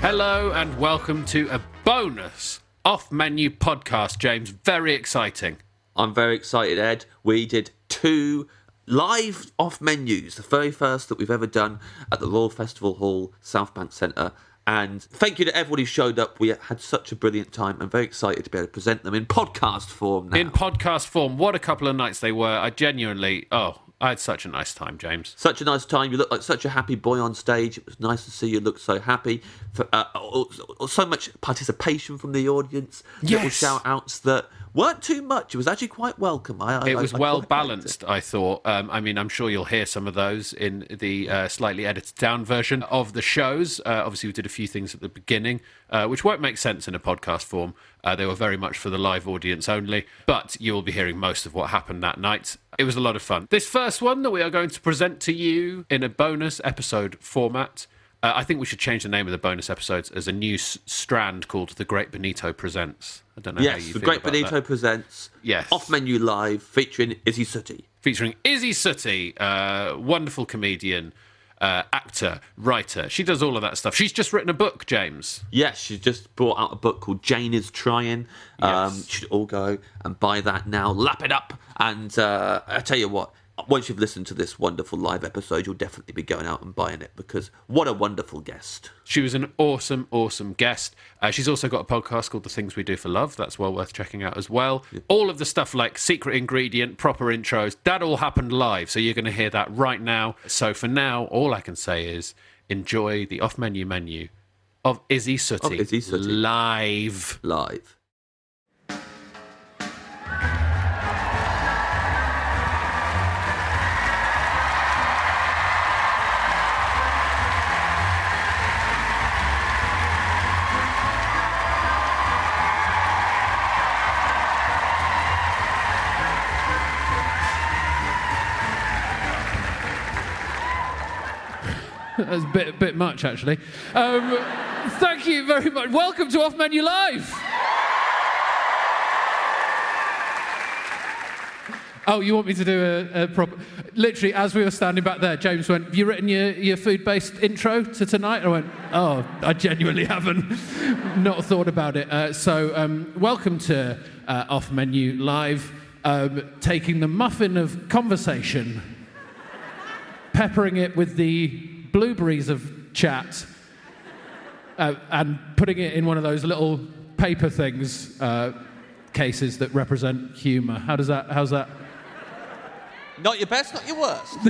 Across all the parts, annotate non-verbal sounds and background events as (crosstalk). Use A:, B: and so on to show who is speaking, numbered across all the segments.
A: Hello and welcome to a bonus off menu podcast, James. Very exciting.
B: I'm very excited, Ed. We did two live off menus, the very first that we've ever done at the Royal Festival Hall, South Bank Centre. And thank you to everyone who showed up. We had such a brilliant time. I'm very excited to be able to present them in podcast form now.
A: In podcast form, what a couple of nights they were. I genuinely, oh, I had such a nice time, James.
B: such a nice time. You look like such a happy boy on stage. It was nice to see you look so happy. For, uh, oh, oh, so much participation from the audience. Little
A: Yes.
B: shout outs that weren't too much. It was actually quite welcome. I, I-
A: It
B: I-
A: was
B: I
A: well
B: quite liked it.
A: balanced, I thought. Um, I mean, I'm sure you'll hear some of those in the uh, slightly edited down version of the shows. Uh, obviously, we did a few things at the beginning, uh, which won't make sense in a podcast form. Uh, they were very much for the live audience only, but you will be hearing most of what happened that night. It was a lot of fun. This first one that we are going to present to you in a bonus episode format. Uh, I think we should change the name of the bonus episodes as a new s- strand called The Great Benito Presents. I don't know how you
B: Yes, the
A: feel
B: Great
A: about
B: Benito
A: that.
B: presents
A: Yes.
B: Off Menu Live featuring Izzy Sooty.
A: featuring Izzy Sooty, uh, wonderful comedian, uh, actor, writer. She does all of that stuff. She's just written a book, James.
B: Yes, she's just brought out a book called Jane is Trying. Um, you
A: Yes.
B: should all go and buy that now. Lap it up. And uh, I tell you what, once you've listened to this wonderful live episode, you'll definitely be going out and buying it because what a wonderful guest.
A: She was an awesome, awesome guest. Uh, she's also got a podcast called The Things We Do for Love. That's well worth checking out as well. All of the stuff like secret ingredient, proper intros, that all happened live. So you're going to hear that right now. So for now, all I can say is enjoy the off menu menu of Izzy Sooty,
B: Of Izzy Sooty.
A: live.
B: Live.
A: That's a bit, bit much, actually. Um, thank you very much. Welcome to Off Menu Live. Oh, you want me to do a, a proper. Literally, as we were standing back there, James went, Have you written your, your food based intro to tonight? I went, Oh, I genuinely haven't. Not thought about it. Uh, so, um, welcome to uh, Off Menu Live, um, taking the muffin of conversation peppering it with the blueberries of chat uh, and putting it in one of those little paper things, uh, cases that represent humour. How does that, how's that?
C: Not your best, not your worst. (laughs)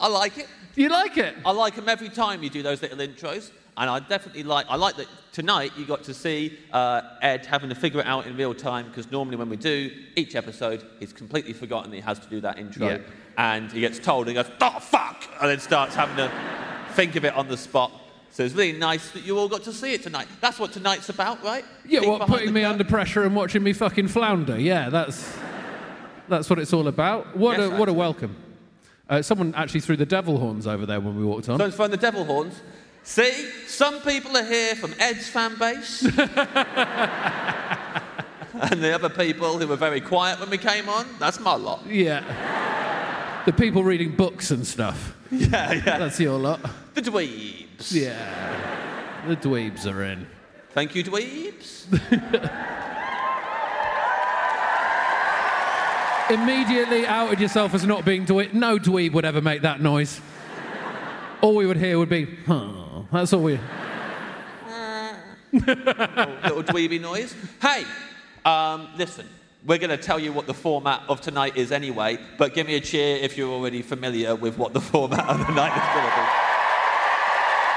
C: I like it.
A: You like it?
C: I like them every time you do those little intros. And I definitely like, I like that tonight you got to see uh, Ed having to figure it out in real time because normally when we do each episode, he's completely forgotten that he has to do that intro.
A: Yeah.
C: And he gets told and he goes, oh, fuck! And then starts having to think of it on the spot.
B: So it's really nice that you all got to see it tonight. That's what tonight's about, right?
D: Yeah,
B: Being
D: what,
B: behind
D: putting
B: the
D: me
B: curtain.
D: under pressure and watching me fucking flounder. Yeah, that's that's what it's all about. What
B: Yes,
D: a what a
B: actually.
D: welcome. Uh, someone actually threw the devil horns over there when we walked on.
B: Someone's thrown the devil horns. See, some people are here from Ed's fan base. and the other people who were very quiet when we came on, that's my lot.
D: yeah. the people reading books and stuff.
B: (laughs) Yeah, yeah.
D: That's your lot.
B: The dweebs.
D: Yeah. The dweebs are in.
B: Thank you, dweebs.
D: Immediately outed yourself as not being dweeb. No dweeb would ever make that noise. All we would hear would be, huh. That's all we.
B: little dweeby noise. Hey, um, listen, we're going to tell you what the format of tonight is anyway, but give me a cheer if you're already familiar with what the format of the night is going to be.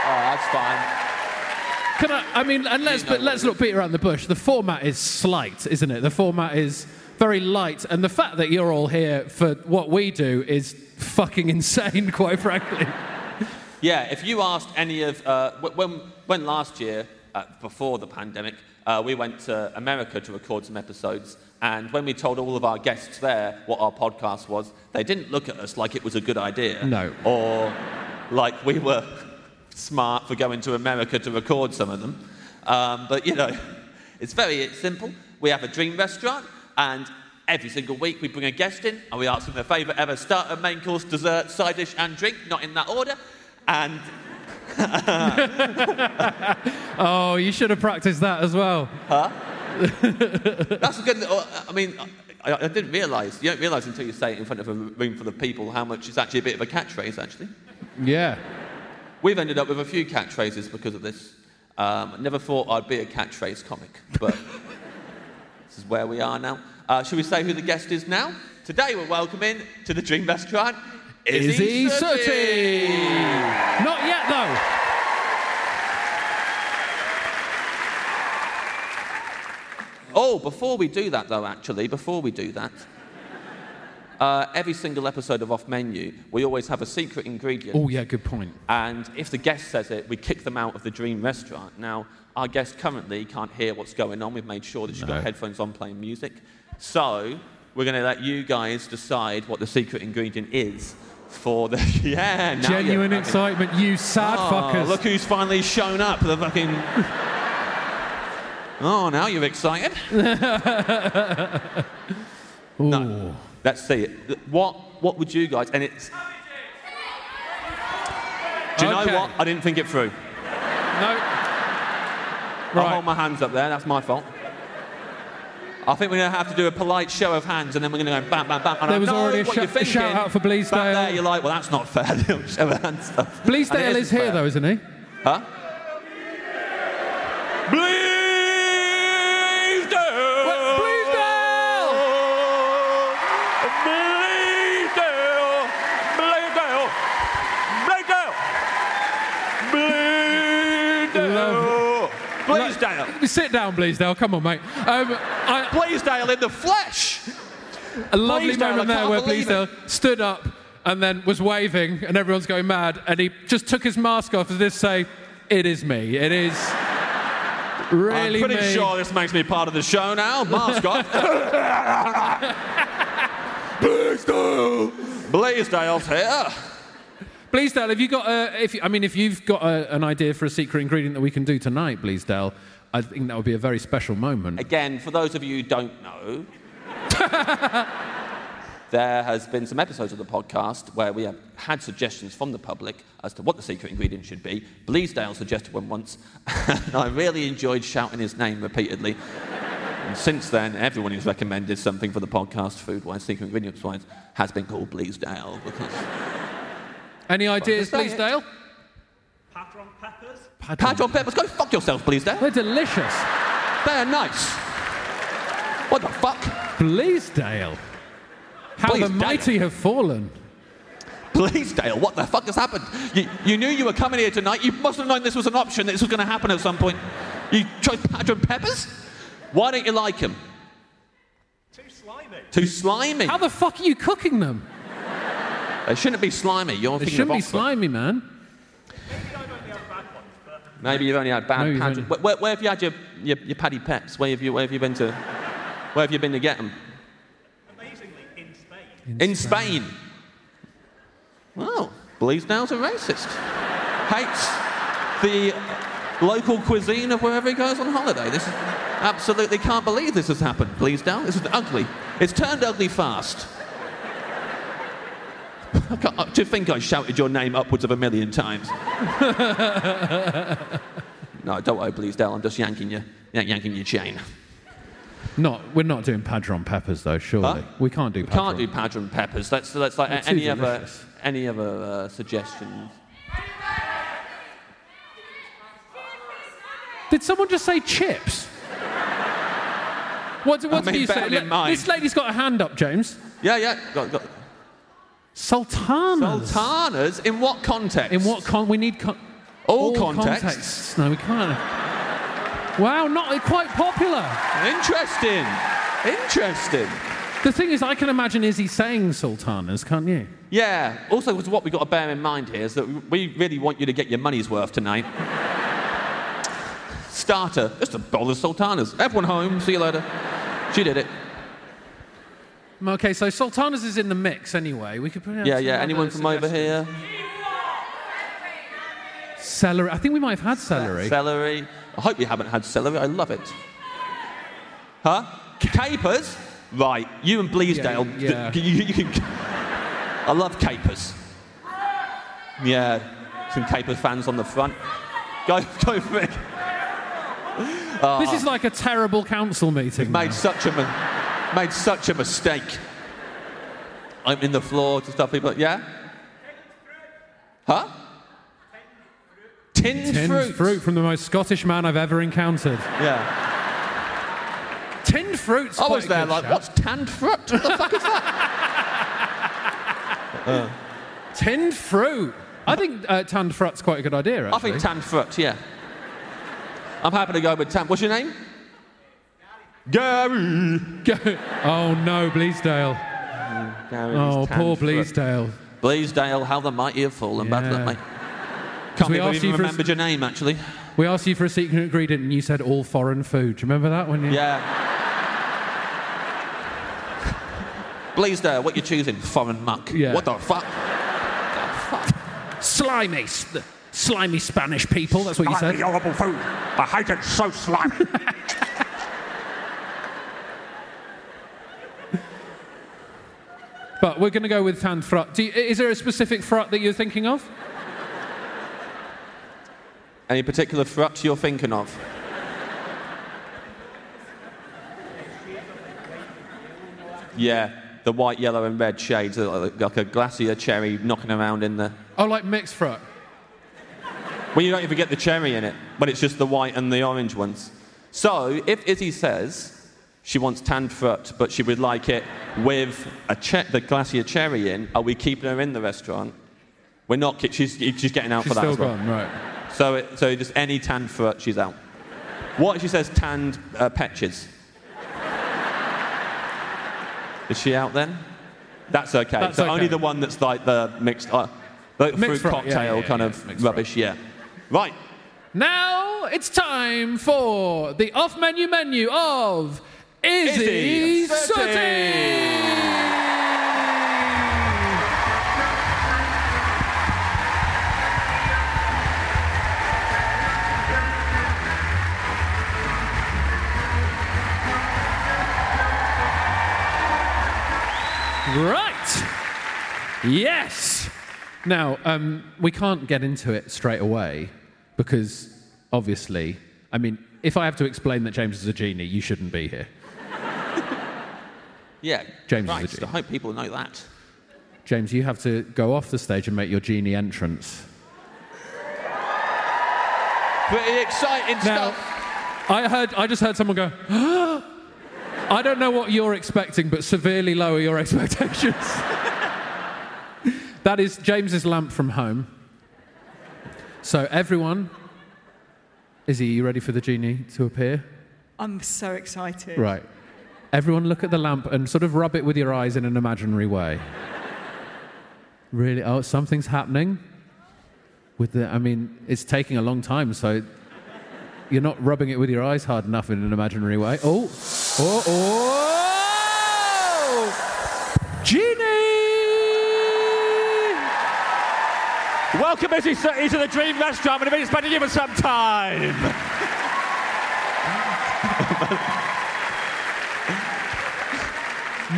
B: Oh, that's fine.
D: Can I? I mean, and let's
B: You know
D: but
B: what
D: let's
B: it
D: not beat around the bush. The format is slight, isn't it? The format is very light, and the fact that you're all here for what we do is fucking insane, (laughs) quite frankly.
B: Yeah, if you asked any of uh, wh- when when last year uh, before the pandemic, uh, we went to America to record some episodes, and when we told all of our guests there what our podcast was, they didn't look at us like it was a good idea.
D: No.
B: Or like we were smart for going to America to record some of them. Um, but you know, (laughs) it's very simple. We have a dream restaurant, and every single week we bring a guest in and we ask them their favourite ever starter, main course, dessert, side dish, and drink, not in that order. And
D: Oh, you should have practiced that as well.
B: that's a good. little- I mean, I, I didn't realise. You don't realise until you say it in front of a room full of people how much it's actually a bit of a catchphrase, actually.
D: Yeah.
B: We've ended up with a few catchphrases because of this. Um, I never thought I'd be a catchphrase comic, but (laughs) this is where we are now. Uh, should we say who the guest is now? Today we're welcoming to the Dream Restaurant Izzy,
D: Izzy Sooty.
B: Sooty.
D: Not yet though.
B: Oh, before we do that, though, actually, before we do that, uh, every single episode of Off Menu, we always have a secret ingredient.
D: Oh yeah, good point.
B: And if the guest says it, we kick them out of the dream restaurant. Now, our guest currently can't hear what's going on. We've made sure that she's
D: No.
B: got headphones on playing music. So, we're going to let you guys decide what the secret ingredient is for the. (laughs) Yeah, now you're
D: Genuine
B: fucking-
D: excitement, you sad
B: Oh,
D: fuckers.
B: Look who's finally shown up. The fucking. (laughs) oh, now
D: (laughs)
B: you're excited. No. Let's see it. What, what would you guys. And it's. Do you
D: Okay.
B: know what? I didn't think it through.
D: No.
B: I'll hold
D: Right.
B: my hands up there. That's my fault. I think we're going to have to do a polite show of hands, and then we're going to go bam, bam, bam. And
D: There
B: I
D: was
B: know
D: already a
B: what
D: shou-
B: you're
D: a
B: thinking.
D: shout-out for Bleasdale.
B: Back there, you're like, well, that's not fair. (laughs) show of hands stuff. And it
D: Bleasdale is
B: isn't
D: here
B: fair.
D: though, isn't he?
B: Huh? Bleasdale!
D: Well, Bleasdale!
B: Bleasdale! Bleasdale! Bleasdale! Bleasdale! Bleasdale!
D: Sit down, Bleasdale. Come on, mate. Um, I,
B: Bleasdale in the flesh!
D: A lovely
B: Bleasdale,
D: moment
B: I
D: there
B: can't
D: where
B: believe
D: Bleasdale stood up and then was waving, and everyone's going mad, and he just took his mask off as if to say, "It is me. It is really
B: I'm pretty
D: me."
B: sure this makes me part of the show now. Mask off. Blaisdell! Blaisdell's here.
D: Bleasdale, have you got a? If you- I mean, if you've got a, an idea for a secret ingredient that we can do tonight, Bleasdale, I think that would be a very special moment.
B: Again, for those of you who don't know, there has been some episodes of the podcast where we have had suggestions from the public as to what the secret ingredient should be. Bleasdale suggested one once, and I really enjoyed shouting his name repeatedly. And since then, everyone who's recommended something for the podcast, food-wise, secret ingredients-wise, has been called Bleasdale because.
D: Any ideas,
B: Well, just say
D: Bleasdale?
E: Padron peppers.
B: Padron peppers, go fuck yourself, please, Dad.
D: They're delicious.
B: They're nice. What the fuck?
D: Bleasdale. How the
B: Bleasdale.
D: mighty have fallen.
B: Bleasdale, what the fuck has happened? You, you knew you were coming here tonight. You must have known this was an option, that this was going to happen at some point. You chose Padron Peppers? Why don't you like them?
E: Too slimy.
B: Too slimy.
D: How the fuck are you cooking them?
B: They shouldn't be slimy. You're
D: They
B: thinking
D: shouldn't
B: of
D: be
B: Oxford.
D: slimy, man.
E: Maybe I don't know the bad ones, but
B: Maybe you've only had bad
D: No, you've
B: pageant.
D: only-
B: Where, where, where have you had your, your, your paddy peps? Where have you where have you been to? Where have you been to get them?
E: Amazingly, in Spain.
D: In
B: In Spain. Well, believes now's a racist. Hates the local cuisine of wherever he goes on holiday. This is, absolutely can't believe this has happened. Bleasdale, this is ugly. It's turned ugly fast. (laughs) I can't- I- to think I shouted your name upwards of a million times. (laughs) no, don't worry, Bleasdale. I'm just yanking you, yank- yanking your chain.
D: Not, we're not doing Padron peppers though, surely.
B: Huh?
D: We can't do.
B: We
D: Padron.
B: can't do padron peppers. That's that's like
D: They're too
B: any other
D: delicious.
B: any other uh, suggestions.
D: Did someone just say chips? What, what
B: mean,
D: did you
B: better
D: say?
B: than mine.
D: This lady's got a hand up, James.
B: Yeah, yeah. Got, got.
D: Sultanas.
B: Sultanas in what context?
D: In what con? We need con-
B: All contexts.
D: contexts. No, we can't. Wow, not quite popular.
B: Interesting. Interesting.
D: The thing is, I can imagine Izzy saying sultanas, can't you?
B: Yeah. Also, 'cause what we've got to bear in mind here is that we really want you to get your money's worth tonight. Starter, just a bowl of sultanas. Everyone home. See you later. She did it.
D: Mm, Okay, so sultanas is in the mix anyway. We could put out
B: Yeah,
D: some
B: yeah.
D: other
B: Anyone from over
D: suggestions.
B: here?
D: Celery. I think we might have had celery.
B: Celery. I hope you haven't had celery. I love it. Huh? Capers? Right. You and Bleasdale.
D: Yeah, yeah.
B: (laughs) You, you can, I love capers. Yeah. Some capers fans on the front. Go, go for it.
D: This is like a terrible council meeting.
B: Made
D: now.
B: such a mi- made such a mistake. Opening the floor to stuff people. Yeah. Huh? Tinned,
D: Tinned
B: fruit.
D: fruit. from the most Scottish man I've ever encountered.
B: Yeah.
D: Tinned fruits.
B: I was there like, what's tanned fruit? What the fuck is that?
D: tinned fruit? I think uh, tanned fruit's quite a good idea.
B: I
D: Actually.
B: think tanned fruit, yeah. I'm happy to go with tanned. What's your name? Gary.
D: Go- oh no, Bleasdale.
B: Gary
D: Oh,
B: is tanned
D: poor
B: fruit.
D: Bleasdale.
B: Bleasdale, how the mighty have fallen. Bad luck,
D: Yeah.
B: mate. Can't
D: we
B: believe I
D: asked
B: even
D: you for a s-
B: remembered your name, actually.
D: We asked you for a secret ingredient and you said all foreign food. Do you remember that one?
B: Yeah. Bleasdale, what you choosing? Foreign muck.
D: Yeah.
B: What the fuck? the fuck?
D: Slimy, s- slimy Spanish people. That's what you said.
F: horrible food. I hate it so slimy.
D: (laughs) But we're going to go with tanned fruit. Do you, is there a specific fruit that you're thinking of?
B: Any particular fruit you're thinking of? Yeah, the white, yellow, and red shades, uh, like a glacier cherry knocking around in the.
D: Oh, like mixed fruit.
B: When you don't even get the cherry in it, but it's just the white and the orange ones. So, if Izzy says she wants tanned fruit, but she would like it with a che- the glacier cherry in, are we keeping her in the restaurant? We're not. ki- She's, she's getting out
D: She's
B: for that
D: still
B: as well.
D: gone, right.
B: So, it, so just any tanned fruit, she's out. What if she says tanned uh, patches? Is she out then? That's okay.
D: That's
B: so
D: okay.
B: only the one that's like the mixed, uh, like
D: Mixed
B: fruit
D: fruit, yeah,
B: cocktail
D: yeah, yeah,
B: kind
D: yeah,
B: of
D: mixed
B: rubbish. Yeah. Right.
D: Now it's time for the off menu menu of Izzy
B: Izzy
D: Sooty. Right. Yes. Now, um, we can't get into it straight away because obviously, I mean, if I have to explain that James is a genie, you shouldn't be here.
B: Yeah.
D: James is a
B: Christ,
D: G.
B: I hope people know that.
D: James, you have to go off the stage and make your genie entrance.
B: Pretty exciting
D: Now,
B: stuff.
D: I heard, I just heard someone go, I don't know what you're expecting, but severely lower your (laughs) expectations. that is James's lamp from home. So everyone, Izzy, you ready for the genie to appear?
G: I'm so excited.
D: Right. Everyone look at the lamp and sort of rub it with your eyes in an imaginary way. Really? Oh, something's happening.
A: with the. I mean, it's taking a long time, so you're not rubbing it with your eyes hard enough in an imaginary way. Oh, oh, oh! Genie!
H: Welcome as he's to the Dream Restaurant. We've been spending here for some time.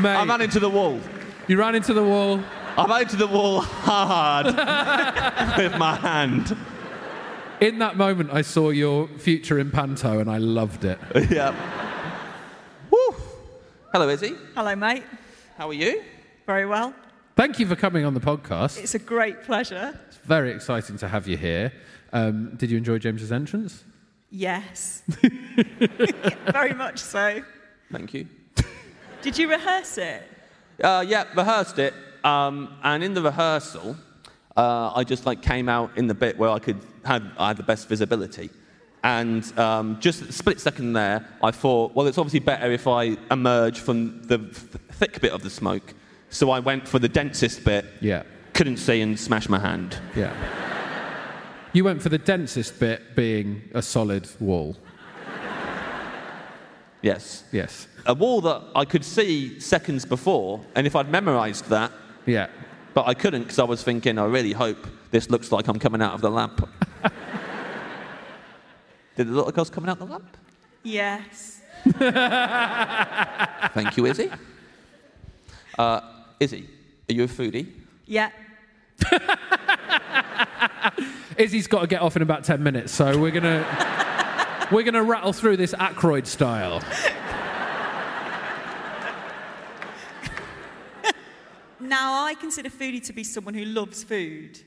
A: Mate,
B: I ran into the wall.
A: you ran into the wall.
B: I ran into the
D: (laughs)
B: wall hard with my hand.
A: In that moment, I saw your future in Panto, and I loved it.
B: yeah. Woo. Hello, Izzy.
G: Hello, mate.
B: How are you?
G: Very well.
A: Thank you for coming on the podcast.
G: It's a great pleasure.
A: It's very exciting to have you here. Um, did you enjoy James's entrance?
G: Yes. (laughs) Very much so.
B: Thank you.
G: Did you rehearse it?
B: Uh, yeah, rehearsed it. Um, and in the rehearsal, uh, I just like came out in the bit where I could had I had the best visibility. And um, just a split second there, I thought, well, it's obviously better if I emerge from the th- thick bit of the smoke. So I went for the densest bit.
A: Yeah.
B: Couldn't see and smashed my hand.
A: Yeah. You went for the densest bit being a solid wall.
B: Yes.
A: Yes.
B: A wall that I could see seconds before, and if I'd memorized that,
A: Yeah.
B: but I couldn't because I was thinking, I really hope this looks like I'm coming out of the lamp. (laughs) Did it look like I was coming out the lamp?
G: Yes.
B: Thank you, Izzy. Uh, Izzy, are you a foodie?
G: Yeah.
A: Izzy's got to get off in about 10 minutes, so we're going to. (laughs) We're going to rattle through this Ackroyd style.
G: Now, I consider foodie to be someone who loves food,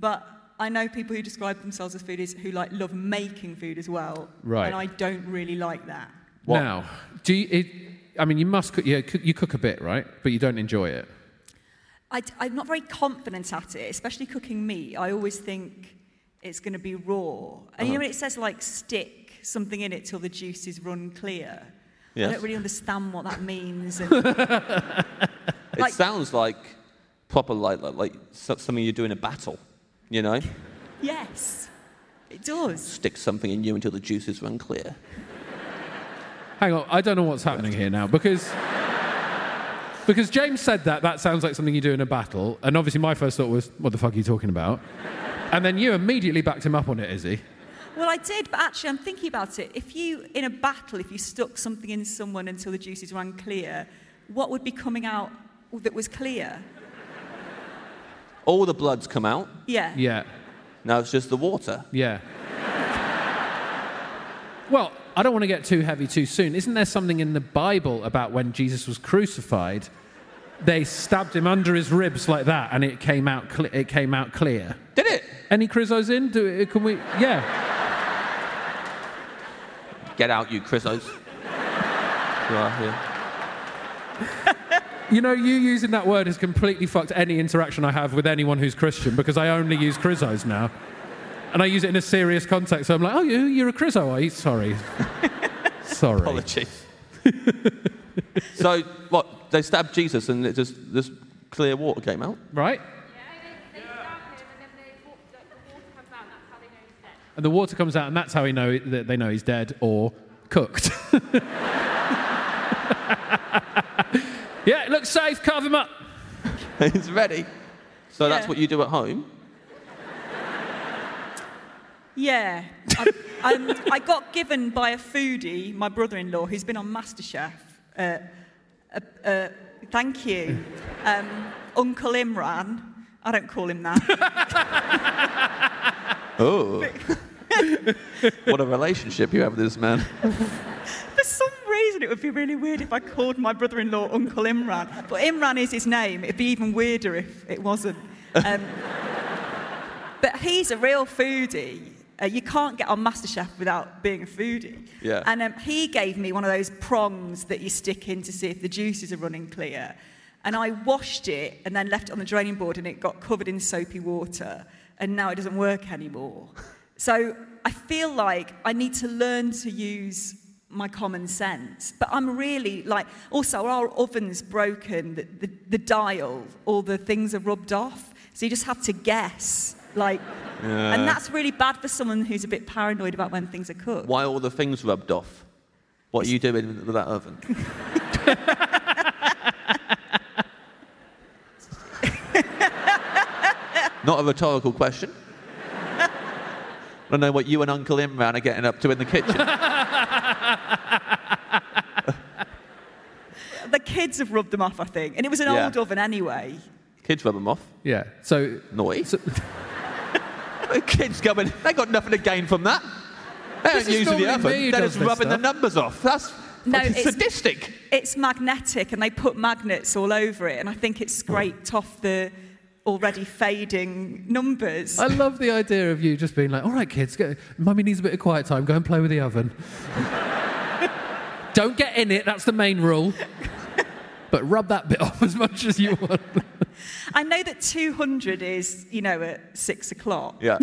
G: but I know people who describe themselves as foodies who like love making food as well.
A: Right.
G: And I don't really like that.
B: What?
A: Now, do you, it, I mean you must cook, yeah, cook, you cook a bit, right? But you don't enjoy it.
G: I, am not very confident at it, especially cooking meat. I always think it's going to be raw. And you know when it says like stick something in it till the juices run clear? I
B: Yes.
G: don't really understand what that means. And
B: It
G: like-
B: sounds like proper like, like, like so- something you do in a battle, you know?
G: yes, it does.
B: Stick something in you until the juices run clear.
A: Hang on, I don't know what's happening here now because (laughs) because James said that that sounds like something you do in a battle, and obviously my first thought was, what the fuck are you talking about? And then you immediately backed him up on it, Izzy.
G: Well, I did, but actually, I'm thinking about it. If you, in a battle, if you stuck something in someone until the juices ran clear, what would be coming out that was clear?
B: All the blood's come out.
G: Yeah.
A: Yeah,
B: Now it's just the water.
A: yeah. Well, I don't want to get too heavy too soon. Isn't there something in the Bible about when Jesus was crucified? They stabbed him under his ribs like that, and it came out. Cle- it came out clear.
B: Did it?
A: Any Crizos in? Do uh, can we? Yeah.
B: Get out, you Chrisos. you are here.
A: You know, you using that word has completely fucked any interaction I have with anyone who's Christian because I only use Crizos now, and I use it in a serious context. So I'm like, oh, you you're a Crizo, are you?
B: (laughs)
A: Sorry. Sorry.
B: Apologies. (laughs) so, what? They stabbed Jesus and it just this clear water came out?
A: Right. And the water comes out, and that's how he know that they know he's dead or cooked. (laughs) yeah, it looks safe. Carve him up.
B: (laughs) it's ready. So that's
G: Yeah.
B: what you do at home.
G: Yeah. I, um, I got given by a foodie, my brother in law, who's been on MasterChef. Uh, uh, uh, thank you. Um, Uncle Imran. I don't call him that.
B: Oh. (laughs) what a relationship you have with this man.
G: For some reason, it would be really weird if I called my brother in law Uncle Imran. But Imran is his name. It'd be even weirder if it wasn't. Um, but he's a real foodie. Uh, you can't get on MasterChef without being a foodie.
B: Yeah.
G: And um, he gave me one of those prongs that you stick in to see if the juices are running clear. And I washed it and then left it on the draining board and it got covered in soapy water. And now it doesn't work anymore. So I feel like I need to learn to use my common sense. But I'm really like, also, our oven's broken, the, the, the dial, all the things are rubbed off. So you just have to guess. Like, and that's really bad for someone who's a bit paranoid about when things are cooked.
B: Why all the things rubbed off? What are you doing with that (laughs) oven? Not a rhetorical (laughs) question. I don't know what you and Uncle Imran are getting up to in the kitchen.
G: The kids have rubbed them off, I think. And it was an
B: Yeah.
G: old oven anyway.
B: Kids rub them off.
D: Yeah. So
B: Noise. (laughs) Kids coming, they got nothing to gain from that. They
D: This
B: don't
D: is
B: use the
D: normally
B: oven.
D: me who
B: They're
D: does
B: just
D: this
B: rubbing the
D: stuff.
B: numbers off. That's
G: No,
B: fucking
G: it's-
B: sadistic.
G: It's magnetic, and they put magnets all over it. And I think it scraped off the already fading numbers.
D: I love the idea of you just being like, all right, kids, go, mummy needs a bit of quiet time. Go and play with the oven. (laughs) Don't get in it. That's the main rule. But rub that bit (laughs) off as much as you want.
G: I know that 200 is, you know, at six o'clock.
B: Yeah.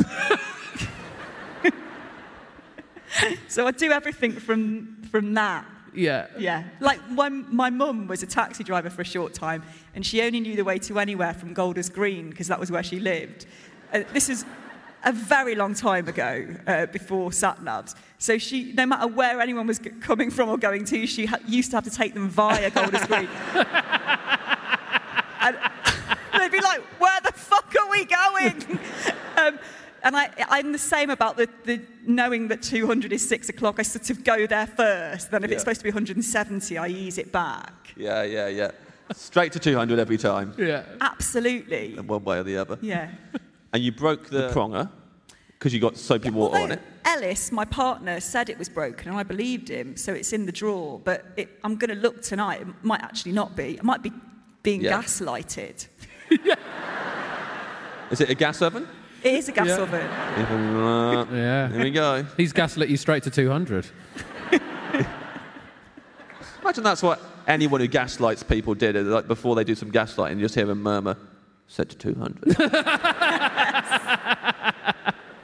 G: So I do everything from from that.
D: Yeah.
G: Yeah. Like when my mum was a taxi driver for a short time, and she only knew the way to anywhere from Golders Green because that was where she lived. Uh, this is a very long time ago, uh, before sat navs. So she, no matter where anyone was g- coming from or going to, she ha- used to have to take them via Golders Green. and they'd be like, "Where the fuck are we going?" um, and I, I'm the same about the, the knowing that 200 is six o'clock. I sort of go there first. Then if
B: Yeah.
G: it's supposed to be 170, I ease it back.
B: Yeah, yeah, yeah. Straight to 200 every time,
D: Yeah.
G: Absolutely.
B: one way or the other.
G: Yeah.
B: And you broke the, pronger because you got soapy water on
G: Although
B: it.
G: Ellis, my partner, said it was broken, and I believed him, so it's in the drawer. But it, I'm going to look tonight. It might actually not be. I might be being
B: Yeah.
G: gaslighted.
B: Is it a gas oven?
G: It is a gas
D: Yeah.
G: oven.
D: Yeah.
B: There we go.
D: He's gaslit you straight to 200.
B: Imagine that's what anyone who gaslights people did. is Like before they do some gaslighting, you just hear them murmur, set to
G: (laughs)
B: 200.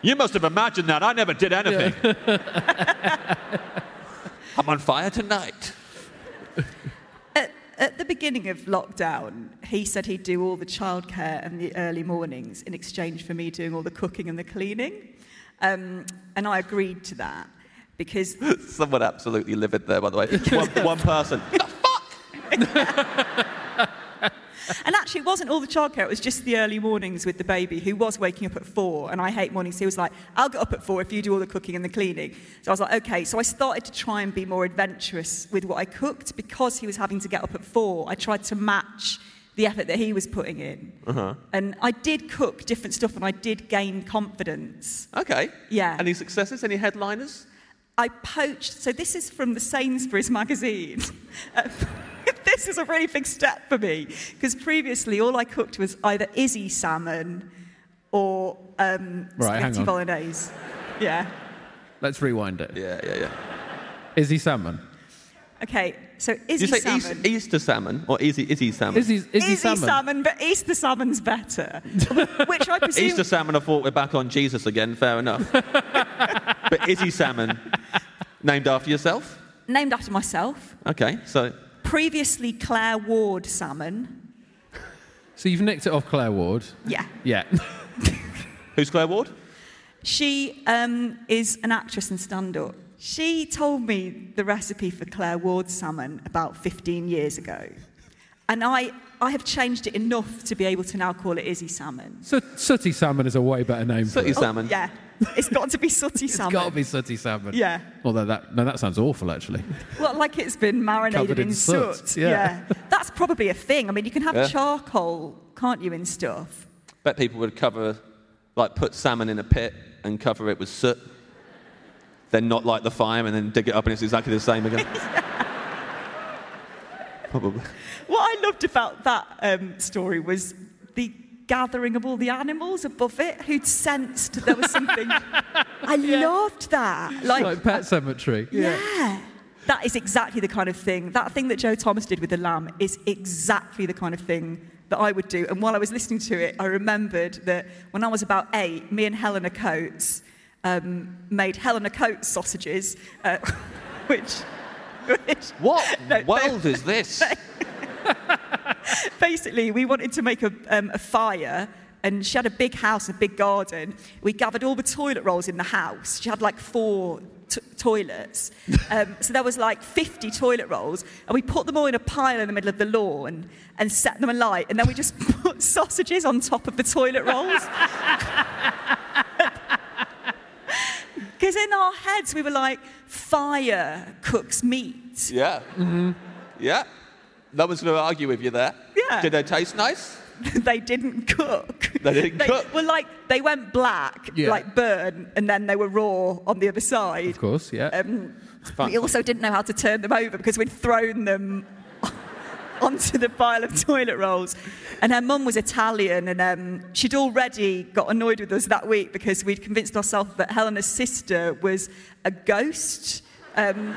B: you must have imagined that. I never did anything.
G: (laughs)
B: I'm on fire tonight.
G: At, at the beginning of lockdown, he said he'd do all the childcare and the early mornings in exchange for me doing all the cooking and the cleaning. Um, and I agreed to that because
B: Someone absolutely livid there, by the way. (laughs) One, one person.
G: And actually, it wasn't all the childcare, it was just the early mornings with the baby who was waking up at four. And I hate mornings. He was like, I'll get up at four if you do all the cooking and the cleaning. So I was like, okay. So I started to try and be more adventurous with what I cooked because he was having to get up at four. I tried to match the effort that he was putting in. And I did cook different stuff and I did gain confidence.
B: Okay.
G: Yeah.
B: Any successes? Any headliners?
G: I poached. So this is from the Sainsbury's magazine. (laughs) Uh, this is a really big step for me because previously all I cooked was either Izzy salmon or um,
D: Right, hang
G: spaghetti
D: on.
G: bolognese. Yeah.
D: Let's rewind it.
B: Yeah, yeah, yeah.
D: Izzy Salmon.
G: Okay. So
B: Did you
G: Izzy
B: say
G: salmon.
B: East, Easter salmon or Easy Izzy salmon?
D: Izzy's, Izzy,
G: Izzy
D: Salmon.
G: but Easter salmon's better. Which I presume.
B: Easter salmon, I thought we're back on Jesus again, fair enough.
G: (laughs)
B: but Izzy salmon, named after yourself?
G: Named after myself.
B: Okay, so
G: Previously Claire Ward salmon.
D: So you've nicked it off Claire Ward.
G: Yeah.
D: Yeah.
B: who's Claire Ward?
G: She um, is an actress and stand up. She told me the recipe for Claire Ward salmon about 15 years ago. And I, I have changed it enough to be able to now call it Izzy salmon.
D: so, Sooty Salmon is a way better name. for
B: Sooty
D: it.
B: salmon.
G: Oh, Yeah. It's got to be sooty salmon.
D: It's got to be Sooty Salmon.
G: Yeah.
D: Although that, no, that sounds awful, actually.
G: Well, like it's been marinated
D: Covered in
G: in, soot.
D: soot, yeah.
G: That's probably a thing. I mean, you can have
B: Yeah.
G: charcoal, can't you, in stuff?
B: Bet people would cover, like, put salmon in a pit and cover it with soot, then not light the fire and then dig it up and it's exactly the same
G: (laughs)
B: again. Probably.
G: What I loved about that um, story was the gathering of all the animals above it who'd sensed there was something. I loved that. Like,
D: like Pet Cemetery.
G: yeah. That is exactly the kind of thing. That thing that Joe Thomas did with the lamb is exactly the kind of thing that I would do. And while I was listening to it, I remembered that when I was about eight, me and Helena Coates um, made Helena Coates sausages, uh, (laughs) which, which (laughs)
B: What
G: No,
B: world is this?
G: basically we wanted to make a, um, a fire and she had a big house and a big garden. We gathered all the toilet rolls in the house. She had like four t- toilets. Um, so there was like 50 toilet rolls, and we put them all in a pile in the middle of the lawn and set them alight, and then we just (laughs) put sausages on top of the toilet rolls. (laughs) Because in our heads we were like, fire cooks meat.
B: Yeah. Mm-hmm. Yeah. No one's going to argue with you there.
G: Yeah.
B: Did they taste nice?
G: (laughs) they didn't cook.
B: They didn't cook.
G: Well, like they went black,
A: Yeah.
G: like burn, and then they were raw on the other side.
A: Of course, yeah.
G: Um, we also didn't know how to turn them over because we'd thrown them (laughs) onto the pile of toilet rolls. And her mum was Italian, and um, she'd already got annoyed with us that week because we'd convinced ourselves that Helena's sister was a ghost. Um,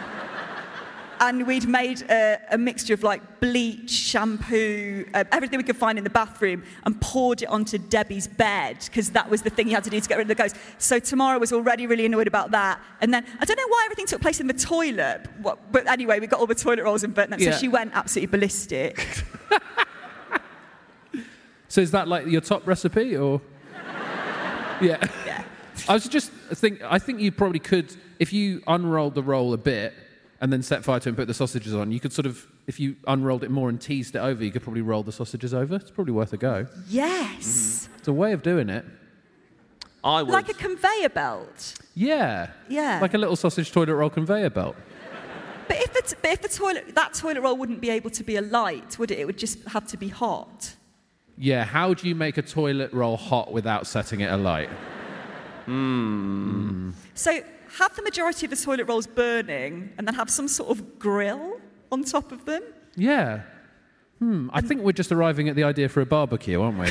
G: and we'd made a, a mixture of like bleach, shampoo, uh, everything we could find in the bathroom, and poured it onto Debbie's bed because that was the thing you had to do to get rid of the ghost. So Tamara was already really annoyed about that, and then I don't know why everything took place in the toilet, what, but anyway, we got all the toilet rolls and burnt them.
A: Yeah.
G: So she went absolutely ballistic.
A: So is that like your top recipe or? Yeah. I was just think I think you probably could if you unrolled the roll a bit and then set fire to it and put the sausages on. You could sort of if you unrolled it more and teased it over, you could probably roll the sausages over. It's probably worth a go.
G: yes,
A: It's a way of doing it.
B: I would.
G: like a conveyor belt.
A: Yeah.
G: Yeah.
A: Like a little sausage toilet roll conveyor belt.
G: But if the, t- but if the toilet that toilet roll wouldn't be able to be a light, would it? It would just have to be hot.
A: Yeah. How do you make a toilet roll hot without setting it alight?
G: So have the majority of the toilet rolls burning and then have some sort of grill on top of them.
A: Yeah. Hmm. I think we're just arriving at the idea for a barbecue, aren't we?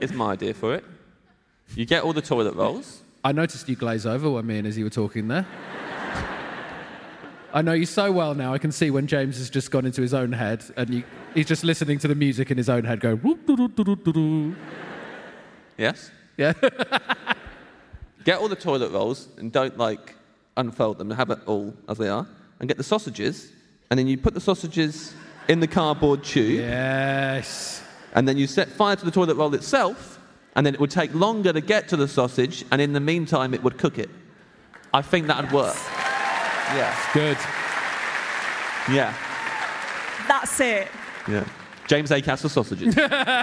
B: Is my idea for it. You get all the toilet rolls.
A: I noticed you glaze over when me and Izzy were talking there. I know you so well now. I can see when James has just gone into his own head and you, he's just listening to the music in his own head going, "Whoop, doo, doo, doo, doo, doo, doo."
B: Yes.
A: yeah.
B: (laughs) Get all the toilet rolls and don't like unfold them. Have it all as they are, and get the sausages. And then you put the sausages in the cardboard tube.
A: yes.
B: and then you set fire to the toilet roll itself, and then it would take longer to get to the sausage, and in the meantime, it would cook it. I think that'd work. Yeah.
A: Good.
B: Yeah.
G: That's it.
B: Yeah. James A.
A: (laughs)
B: Castle sausages. (laughs)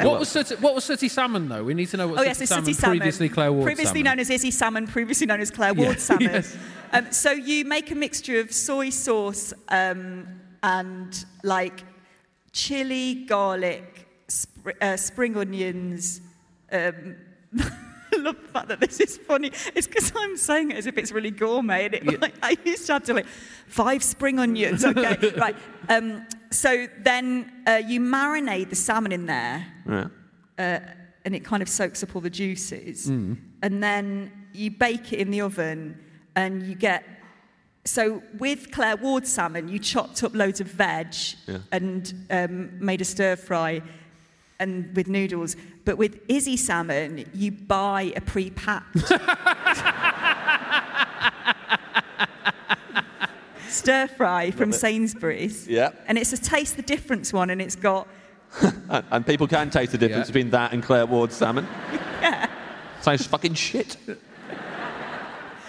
A: What was, sooty, what was sooty salmon, though? We need to know what
G: oh
A: sooty,
G: yes, it's
A: salmon,
G: City Salmon.
A: previously Claire Ward
G: Previously
A: salmon.
G: known as Izzy Salmon, previously known as Claire
A: Yeah,
G: Ward Salmon.
A: (laughs) yes.
G: um, so you make a mixture of soy sauce um, and like chili, garlic, spr- uh, spring onions. Um, (laughs) I love the fact that this is funny. It's because I'm saying it as if it's really gourmet. And it, like, I used to have to like five spring onions.
A: (laughs)
G: Okay, right. Um, so then uh, you marinate the salmon in there
B: yeah.
G: and it kind of soaks up all the juices.
B: Mm.
G: And then you bake it in the oven and you get. So with Claire Ward salmon, you chopped up loads of veg
B: Yeah.
G: and um, made a stir fry and with noodles. But with Izzy salmon, you buy a
B: (laughs)
G: pre packed. Stir fry from Sainsbury's.
B: Yeah.
G: And it's a taste the difference one, and it's got
B: And, and people can taste the difference
A: Yeah.
B: between that and Claire Ward's salmon. Tastes fucking shit.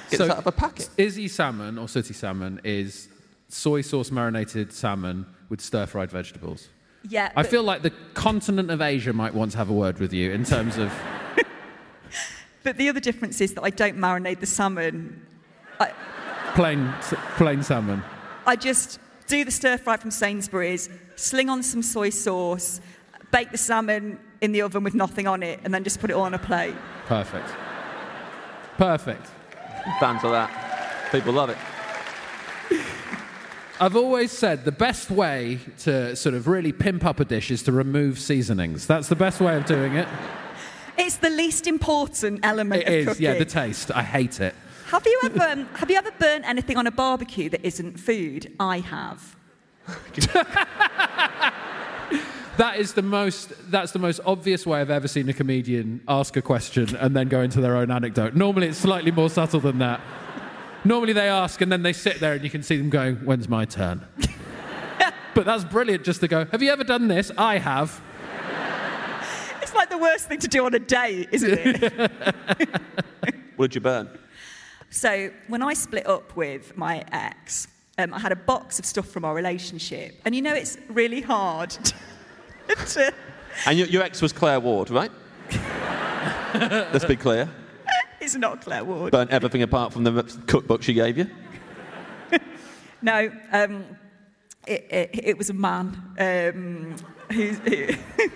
B: Gets
A: So-
B: out of a packet.
A: Izzy salmon or sooty salmon is soy sauce marinated salmon with stir fried vegetables.
G: yeah.
A: I
G: but-
A: feel like the continent of Asia might want to have a word with you in terms of.
G: But the other difference is that I don't marinate the salmon. I,
A: plain plain salmon.
G: I just do the stir fry from Sainsbury's, sling on some soy sauce, bake the salmon in the oven with nothing on it, and then just put it all on a plate.
A: Perfect. Perfect.
B: Fans of that. People love it.
A: I've always said the best way to sort of really pimp up a dish is to remove seasonings. That's the best way of doing it.
G: It's the least important element
A: It
G: of
A: is,
G: cooking.
A: yeah, the taste. I hate it.
G: have you ever um, have you ever burnt anything on a barbecue that isn't food? I have.
A: That is the most that's the most obvious way I've ever seen a comedian ask a question and then go into their own anecdote. Normally it's slightly more subtle than that. Normally they ask and then they sit there and you can see them going, When's my turn?
D: But that's brilliant just to go, have you ever done this? I have.
G: It's like the worst thing to do on a date, isn't
A: (laughs)
G: it?
B: What did you burn?
G: so when I split up with my ex, um, I had a box of stuff from our relationship, and you know it's really hard (laughs) to.
B: And your, your ex was Claire
A: (laughs)
B: Ward, right? Let's be clear.
G: It's not Claire Ward.
B: Burnt everything apart from the cookbook she gave you.
G: No, um, it, it, it was a man um, who's, who,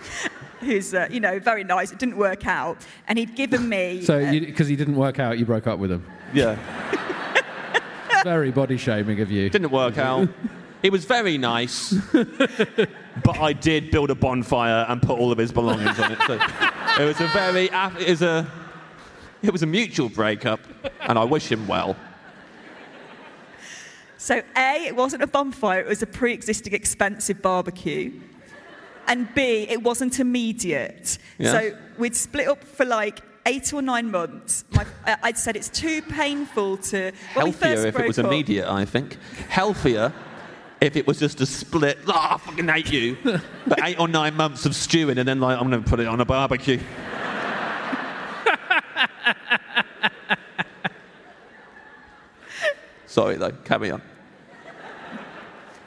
G: (laughs) who's uh, you know, very nice. It didn't work out. And he'd given me.
D: So, because he didn't work out, you broke up with him.
B: Yeah.
D: Very body shaming of you.
B: Didn't (laughs) work out. It was very nice, (laughs)
I: But I did build a bonfire and put all of his belongings on it.
B: so it was a very af- it was a it was a mutual breakup, and I wish him well.
G: So, A, it wasn't a bonfire, it was a pre existing expensive barbecue. And B, it wasn't immediate.
B: Yeah.
G: So, we'd split up for like eight or nine months. My, I- I'd said it's too painful to. when we first
B: Healthier if it
G: broke
B: was
G: up-
B: immediate, I think. Healthier if it was just a split. Ah, I fucking hate you. But eight or nine months of stewing, and then like I'm gonna put it on a barbecue. Sorry though, carry on.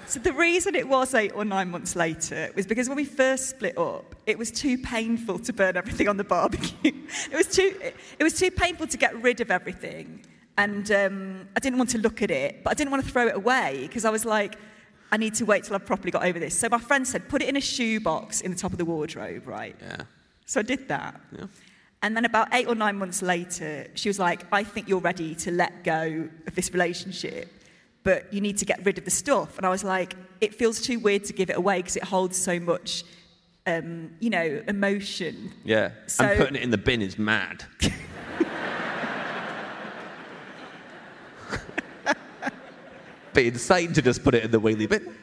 G: So the reason it was eight or nine months later was because when we first split up, it was too painful to burn everything on the barbecue. (laughs) It was too, it, it was too painful to get rid of everything, and um, I didn't want to look at it, but I didn't want to throw it away because I was like, I need to wait till I've properly got over this. So my friend said, put it in a shoebox in the top of the wardrobe, right?
B: Yeah.
G: So I did that.
B: Yeah.
G: And then about eight or nine months later, she was like, I think you're ready to let go of this relationship, but you need to get rid of the stuff. And I was like, it feels too weird to give it away because it holds so much, um, you know, emotion.
B: Yeah.
G: So-
B: and putting it in the bin is mad. Be insane to just put it in the wheelie bin.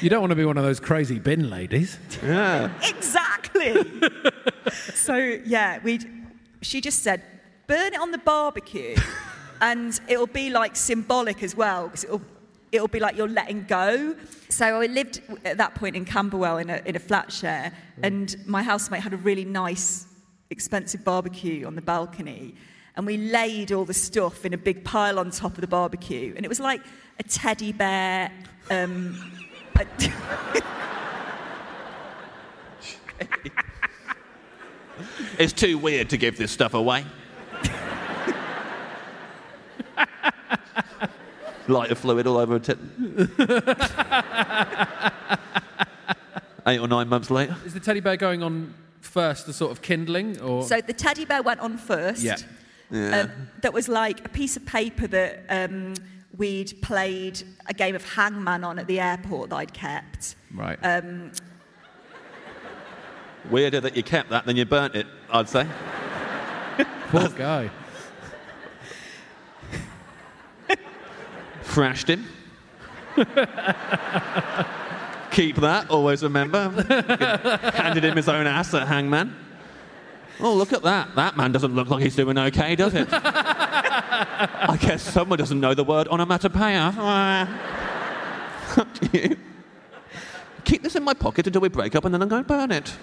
D: You don't want to be one of those crazy bin ladies.
B: Yeah.
G: Exactly. (laughs) so, yeah, we she just said, burn it on the barbecue. and it'll be like symbolic as well because it'll it'll be like you're letting go. So I lived at that point in Camberwell in a in a flat share, and my housemate had a really nice, expensive barbecue on the balcony, and we laid all the stuff in a big pile on top of the barbecue, and it was like a teddy bear. Um, a-
B: It's too weird to give this stuff away. Lighter fluid all over a tit. Eight or nine months later.
D: Is the teddy bear going on first, the sort of kindling? or
G: So the teddy bear went on first.
D: Yeah.
G: Um, that was like a piece of paper that um, we'd played a game of hangman on at the airport that I'd kept.
D: Right.
G: Um,
B: Weirder that you kept that than you burnt it, I'd say.
D: Poor guy.
B: Thrashed him. Keep that, always remember. Handed him his own ass at Hangman. Oh, look at that. That man doesn't look like he's doing okay, does it? I guess someone doesn't know the word onomatopoeia. Ah. Fuck you. Keep this in my pocket until we break up and then I'm going to burn it.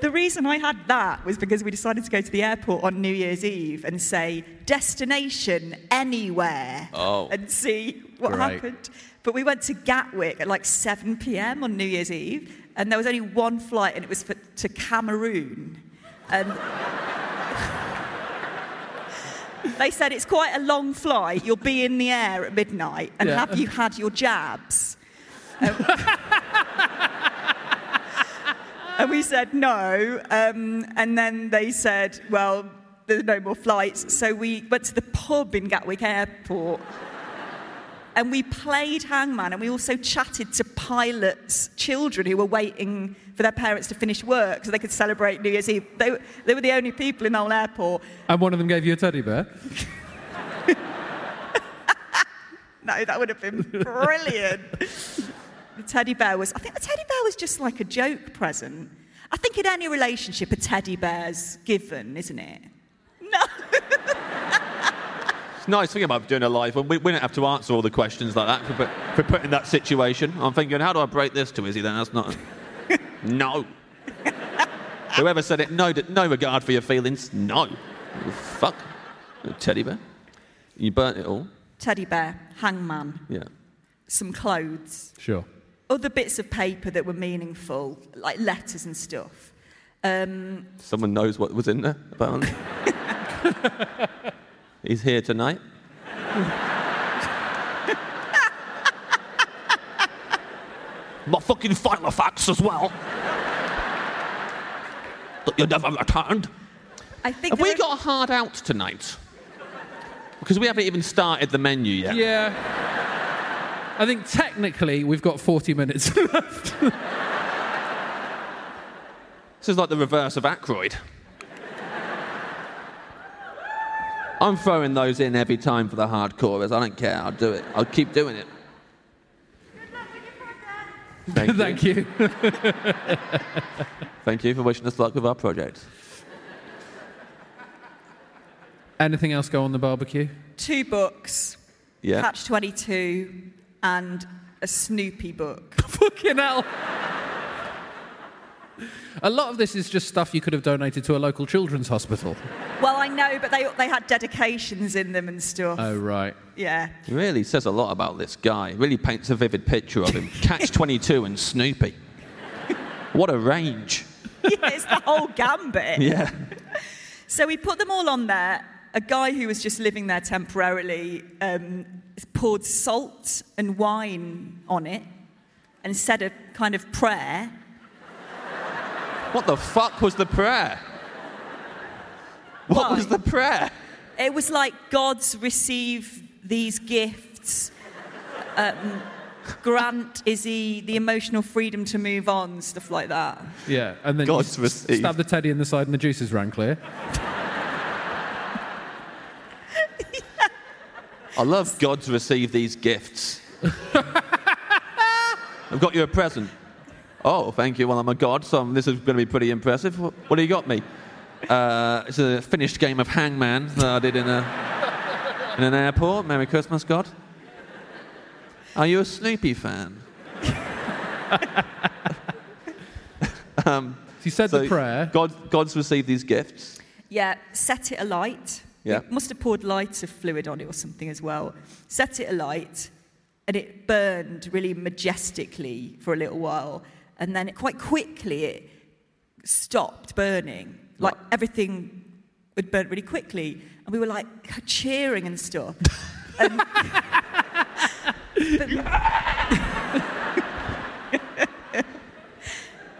G: the reason I had that was because we decided to go to the airport on New Year's Eve and say destination anywhere
B: Oh.
G: and see what
D: Great.
G: happened. But we went to Gatwick at like 7 p.m. on New Year's Eve, and there was only one flight, and it was for, to Cameroon. And (laughs) they said it's quite a long flight. You'll be in the air at midnight, and
D: Yeah.
G: have you had your jabs? And we said no. Um, and then they said, well, there's no more flights. So we went to the pub in Gatwick Airport. And we played hangman, and we also chatted to pilots' children who were waiting for their parents to finish work so they could celebrate New Year's Eve. They, were- they were the only people in the whole airport.
D: And one of them gave you a teddy bear.
G: No, that would
B: (laughs)
G: have been brilliant. the teddy bear was, I think the teddy bear was just like a joke present. I think in any relationship, a teddy bear's given, isn't it? No.
B: It's nice thing about doing a live one. We, we don't have to answer all the questions like that for, put- for put in that situation. I'm thinking, how do I break this to Izzy then? That's not. no. Whoever said it, no, no regard for your feelings. No. Fuck. Teddy bear. You burnt it all.
G: (laughs) Teddy bear, hangman,
B: Yeah.
G: some clothes,
D: Sure.
G: other bits of paper that were meaningful, like letters and stuff. Um,
B: Someone knows what was in there,
F: (laughs)
B: apparently. He's here tonight.
F: My fucking file of facts as well. that you never returned.
G: I think
B: Have
G: there
B: we
G: are-
B: got a hard out tonight? Because we haven't even started the menu yet.
D: Yeah. I think technically we've got 40 minutes (laughs) left.
B: This is like the reverse of Ackroyd. I'm throwing those in every time for the hardcorers. I don't care. I'll do it. I'll keep doing it. Thank, you.
D: Thank you.
B: Thank you for wishing us luck with our project.
D: Anything else go on the barbecue?
G: two books,
B: Yeah.
G: Catch 22, and a Snoopy book.
D: Fucking hell. A lot of this is just stuff you could have donated to a local children's hospital.
G: well, I know, but they, they had dedications in them and stuff.
B: Uh.
D: Oh, right.
G: Yeah. (laughs)
B: Really says a lot about this guy. Really paints a vivid picture of him. (laughs) Catch 22 and Snoopy. What a range.
G: yeah, it's the whole gambit.
B: (laughs) Yeah.
G: So we put them all on there. A guy who was just living there temporarily um, poured salt and wine on it and said a kind of prayer.
B: What the fuck was the prayer? What
G: Why?
B: was the prayer?
G: It was like, God's receive these gifts. Um, grant Izzy the emotional freedom to move on, stuff like that.
D: Yeah. And then
B: God's
D: you s-
B: receive.
D: stab the teddy in the side and the juices ran clear.
B: I love God to receive
D: (laughs)
B: these gifts. I've got you a present. Oh, thank you. Well, I'm a god, so I'm- this is going to be pretty impressive. Wh- What do you got me? Uh, it's a finished game of hangman that I did in, a, in an airport. Merry Christmas, God. Are you a Snoopy fan?
D: So you said
B: So
D: the prayer.
B: God, God's received these gifts.
G: Yeah, set it alight.
B: Yeah.
G: It must have poured lighter fluid on it or something as well. Set it alight, and it burned really majestically for a little while, and then quite quickly it stopped burning. Like everything had burnt really quickly, and we were like cheering and stuff. And-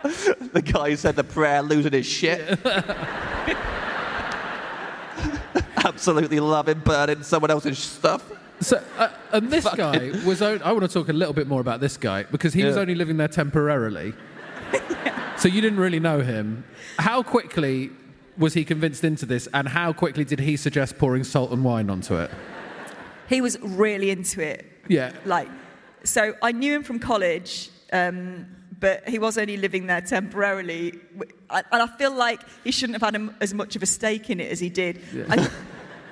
B: The guy who said the prayer losing his shit.
D: (laughs)
B: (laughs) Absolutely loving burning someone else's stuff.
D: So, uh, and this guy was. On, I want to talk a little bit more about this guy because he was
B: Yeah.
D: only living there
B: (laughs)
D: temporarily. So you didn't really know him. How quickly was he convinced into this, and how quickly did he suggest pouring salt and wine onto it?
G: he was really into it.
D: Yeah.
G: Like, so I knew him from college, um, but he was only living there temporarily. W- I- And I feel like he shouldn't have had a, as much of a stake in it as he did.
B: (laughs)
G: I,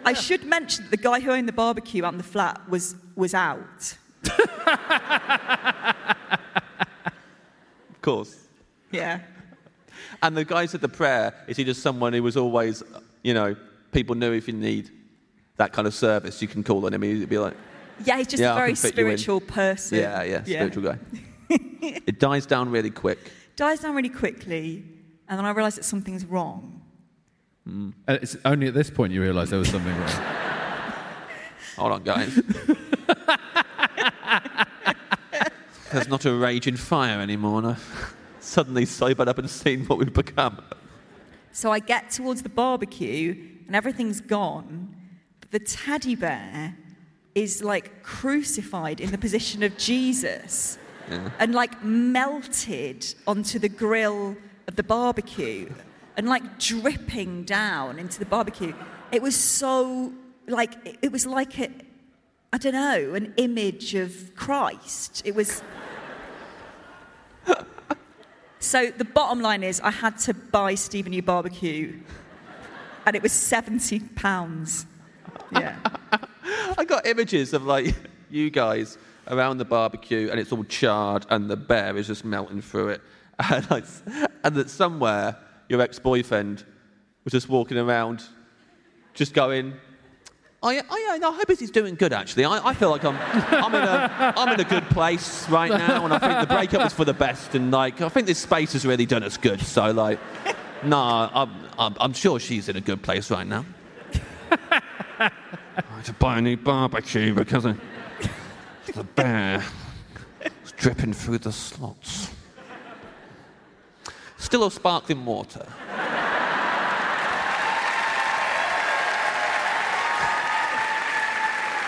G: I should mention that the guy who owned the barbecue and the flat was, was out.
B: Of course.
G: Yeah.
B: And the guy who said the prayer, is he just someone who was always, you know, people knew if you need that kind of service, you can call on him. He'd be like,
G: Yeah, he's just
B: Yeah, I
G: a
B: can
G: very
B: fit you in.
G: spiritual person.
B: yeah, yeah, spiritual guy. it dies down really quick.
G: Dies down really quickly, and then I realised that something's wrong.
D: And Uh, it's only at this point you realise there was something wrong.
B: Hold on, guys. There's not a raging fire anymore. And I've (laughs) suddenly sobered up and seen what we've become.
G: So I get towards the barbecue and everything's gone. But the teddy bear is like crucified in the position of Jesus and like melted onto the grill of the barbecue and like dripping down into the barbecue. It was so like it- it was like a I don't know, an image of Christ. It was so the bottom line is, I had to buy Stephen New barbecue, and it was seventy pounds. Yeah,
J: (laughs) I got images of like (laughs) you guys around the barbecue, and it's all charred, and the bear is just melting through it, (laughs) and I, and that somewhere your ex-boyfriend was just walking around, just going. Oh yeah, oh yeah. No, I hope he's doing good. Actually, I, I feel like I'm, I'm in a, I'm in a good place right now, and I think the breakup was for the best. And like, I think this space has really done us good. So like, nah, I'm, I'm, I'm sure she's in a good place right now.
K: I had to buy a new barbecue because of the bear was dripping through the slots.
J: Still of sparkling water.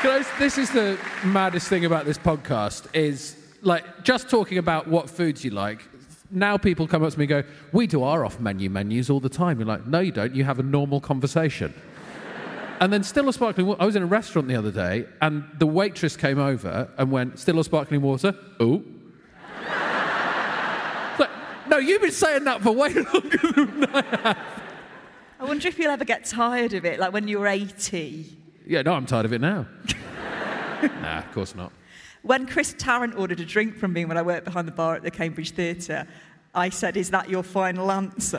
A: Can I- this is the maddest thing about this podcast is like just talking about what foods you like. Now people come up to me and go, "We do our off-menu menus all the time." You're like, "No, you don't. You have a normal conversation." and then still a sparkling water. I was in a restaurant the other day, and the waitress came over and went, "Still a sparkling water?" Oh. like, no, you've been saying that for way (laughs) longer than I have.
G: I wonder if you'll ever get tired of it, like when you're 80.
A: Yeah, no, I'm tired of it now. (laughs) nah, of course not.
G: When Chris Tarrant ordered a drink from me when I worked behind the bar at the Cambridge Theatre, I said, Is that your final answer?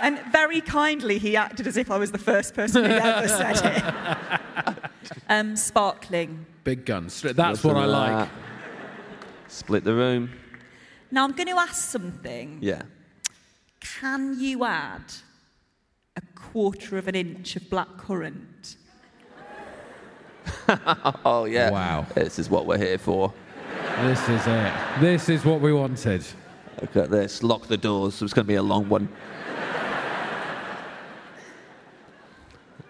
G: and very kindly, he acted as if I was the first person who ever said it. Um, sparkling.
A: Big guns. That's what I like.
B: Split the room.
G: Now, I'm going to ask something.
B: Yeah.
G: Can you add a quarter of an inch of black currant?
B: Oh yeah.
A: Wow.
B: This is what we're here for.
A: This is it. This is what we wanted.
B: Look at this. Lock the doors. It's going to be a long one.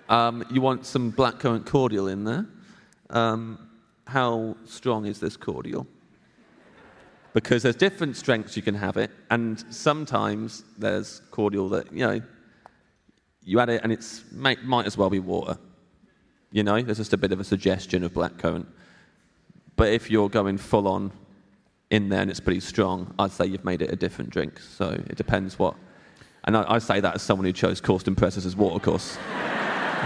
B: um, you want some blackcurrant cordial in there? Um, how strong is this cordial? Because there's different strengths you can have it, and sometimes there's cordial that you know you add it and it's might, might as well be water. You know, there's just a bit of a suggestion of blackcurrant. But if you're going full on in there and it's pretty strong, I'd say you've made it a different drink. So it depends what. And I, I say that as someone who chose Causton Pressers as water
G: (laughs)
B: course.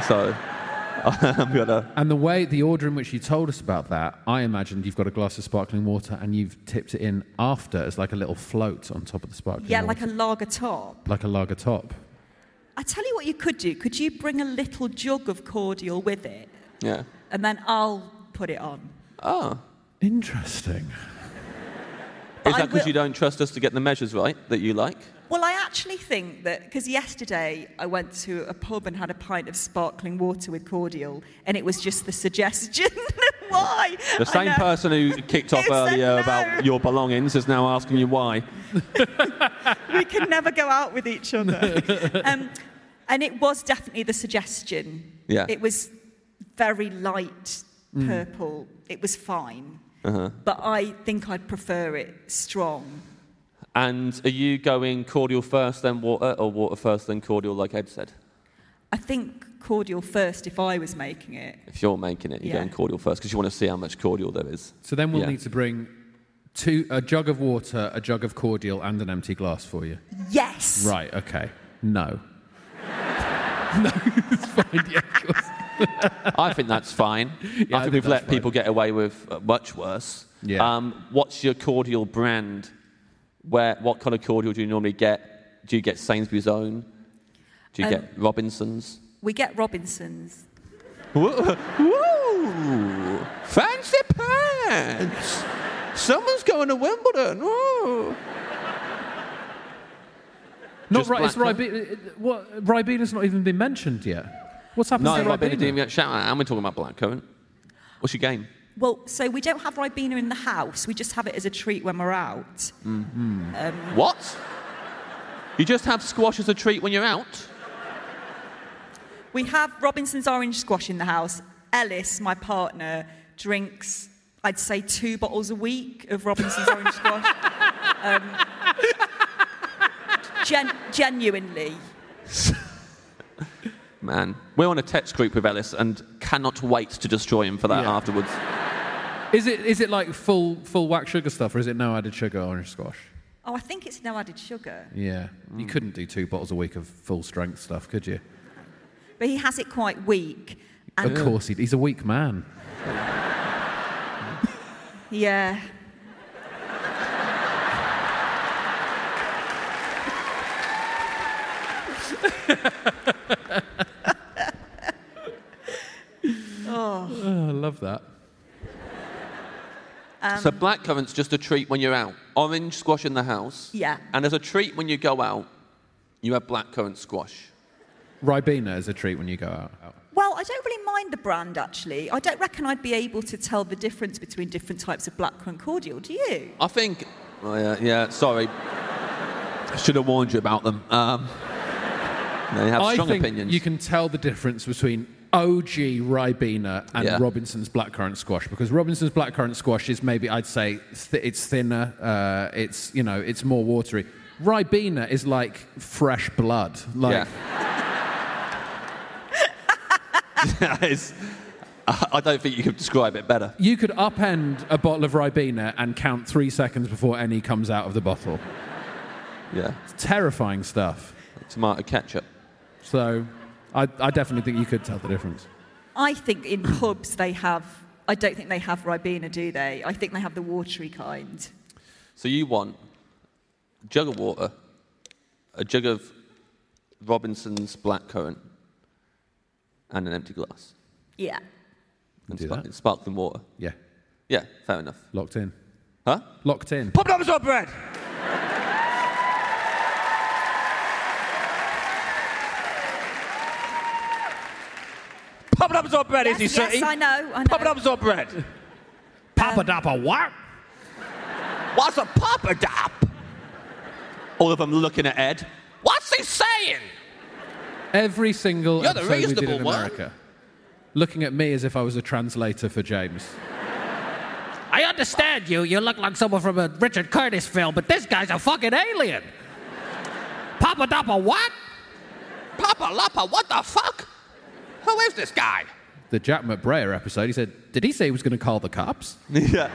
B: so (laughs) I'm gonna.
A: And the way, the order in which you told us about that, I imagined you've got a glass of sparkling water and you've tipped it in after as like a little float on top of the sparkling
G: Yeah,
A: water.
G: like a lager top.
A: like a lager top.
G: I tell you what you could do. Could you bring a little jug of cordial with it?
B: Yeah.
G: And then I'll put it on.
B: Oh.
A: Interesting.
G: But
B: Is
G: I
B: that because
G: will-
B: you don't trust us to get the measures right that you
G: (laughs)
B: like?
G: Well, I actually think that because yesterday I went to a pub and had a pint of sparkling water with cordial, and it was just the suggestion. (laughs) why? I
B: The same
G: know.
B: person
G: (laughs)
B: who kicked off
G: Who said
B: earlier
G: no?
B: about your belongings is now asking you why.
G: We can never go out with
B: (laughs)
G: each other. um, and it was definitely the suggestion.
B: Yeah. Mm.
G: It was very light purple. It was fine.
B: Uh-huh.
G: But I think I'd prefer it strong.
B: And are you going cordial first, then water, or water first, then cordial, like Ed said?
G: I think cordial first if I was making it.
B: If you're making it, you're
G: Yeah.
B: going cordial first because you want to see how much cordial there is.
A: So then we'll
B: Yeah.
A: need to bring two, a jug of water, a jug of cordial, and an empty glass for you.
G: Yes.
A: Right, okay. No. no, it's fine. Yeah, of course.
B: I think that's (laughs) fine.
A: I
B: I
A: think
B: think we've
A: that's
B: let
A: fine.
B: people get away with uh, much worse.
A: Yeah.
B: Um, what's your cordial brand? Where, what kind of cordial do you normally get? Do you get Sainsbury's own? Do you
G: Um,
B: get (laughs) Robinson's?
G: We get Robinson's.
B: Woo! woo, Fancy pants! Someone's going to Wimbledon. Woo.
A: Not
B: Just
A: right. It's
B: black-
A: Ribena. What? Ribena's not even been mentioned yet. What's happened
B: No,
A: to
B: Robin
A: Ribena?
B: didn't even get shout out. And we're talking about blackcurrant. What's your game?
G: Well, so we don't have Ribena in the house. We just have it as a treat when we're out.
B: What? You just have squash as a treat when you're out?
G: We have Robinson's orange squash in the house. Ellis, my partner, drinks, I'd say, two bottles a week of Robinson's orange squash. Um, gen- genuinely.
B: Man, we're on a text group with Ellis and cannot wait to destroy him for that
A: Yeah.
B: afterwards.
A: Is it is it like full full whack sugar stuff, or is it no added sugar orange squash?
G: Oh, I think it's now added sugar.
A: Yeah. Mm. You couldn't do two bottles a week of full strength stuff, could you?
G: But he has it quite weak.
A: Of
G: And-
A: course, he, he's a weak man.
G: Yeah. oh,
A: Oh, I love that.
B: so blackcurrant's just a treat when you're out. Orange squash in the house.
G: yeah.
B: And as a treat when you go out, you have blackcurrant squash.
A: Ribena is a treat when you go out.
G: Well, I don't really mind the brand actually. I don't reckon I'd be able to tell the difference between different types of blackcurrant cordial. Do you?
B: I think. Oh, yeah, yeah, sorry. I should have warned you about them. Um, they have
A: I
B: strong
A: think
B: opinions.
A: you can tell the difference between OG Ribena and
B: Yeah.
A: Robinson's blackcurrant squash because Robinson's blackcurrant squash is maybe I'd say th- it's thinner, uh, it's you know it's more watery. Ribena is like fresh blood. Like
B: yeah. (laughs) That is- I I don't think you could describe it better.
A: you could upend a bottle of Ribena and count three seconds before any comes out of the bottle.
B: Yeah.
A: It's terrifying stuff.
B: Tomato ketchup.
A: So I, I definitely think you could tell the difference.
G: I think
D: (coughs)
G: in pubs they have. I don't think they have Ribena, do they? I think they have the watery kind.
B: So you want a jug of water, a jug of Robinson's blackcurrant, and an empty glass.
G: Yeah.
B: And
A: do
B: spark-
A: that.
B: sparkling water.
A: Yeah,
B: Yeah, fair enough.
A: locked in.
B: Huh? (laughs)
A: Locked in.
D: Pop numbers on bread. Pop numbers on bread,
G: Yes,
D: is he,
G: yes,
D: City?
G: I know. I know.
D: Pop numbers on bread.
A: Papa Dapper, what?
D: What's a papa dap?
B: All of them looking at Ed.
D: What's he saying?
A: Every single
B: You're the
A: episode we did in
B: reasonable one.
A: America, looking at me as if I was a translator for James.
D: I understand you. You look like someone from a Richard Curtis film, but this guy's a fucking alien. Papa Dappa what? Papa Lapa, what the fuck? Who is this guy?
A: The Jack McBrayer episode, he said, "Did he say he was going to call the cops?"
B: yeah.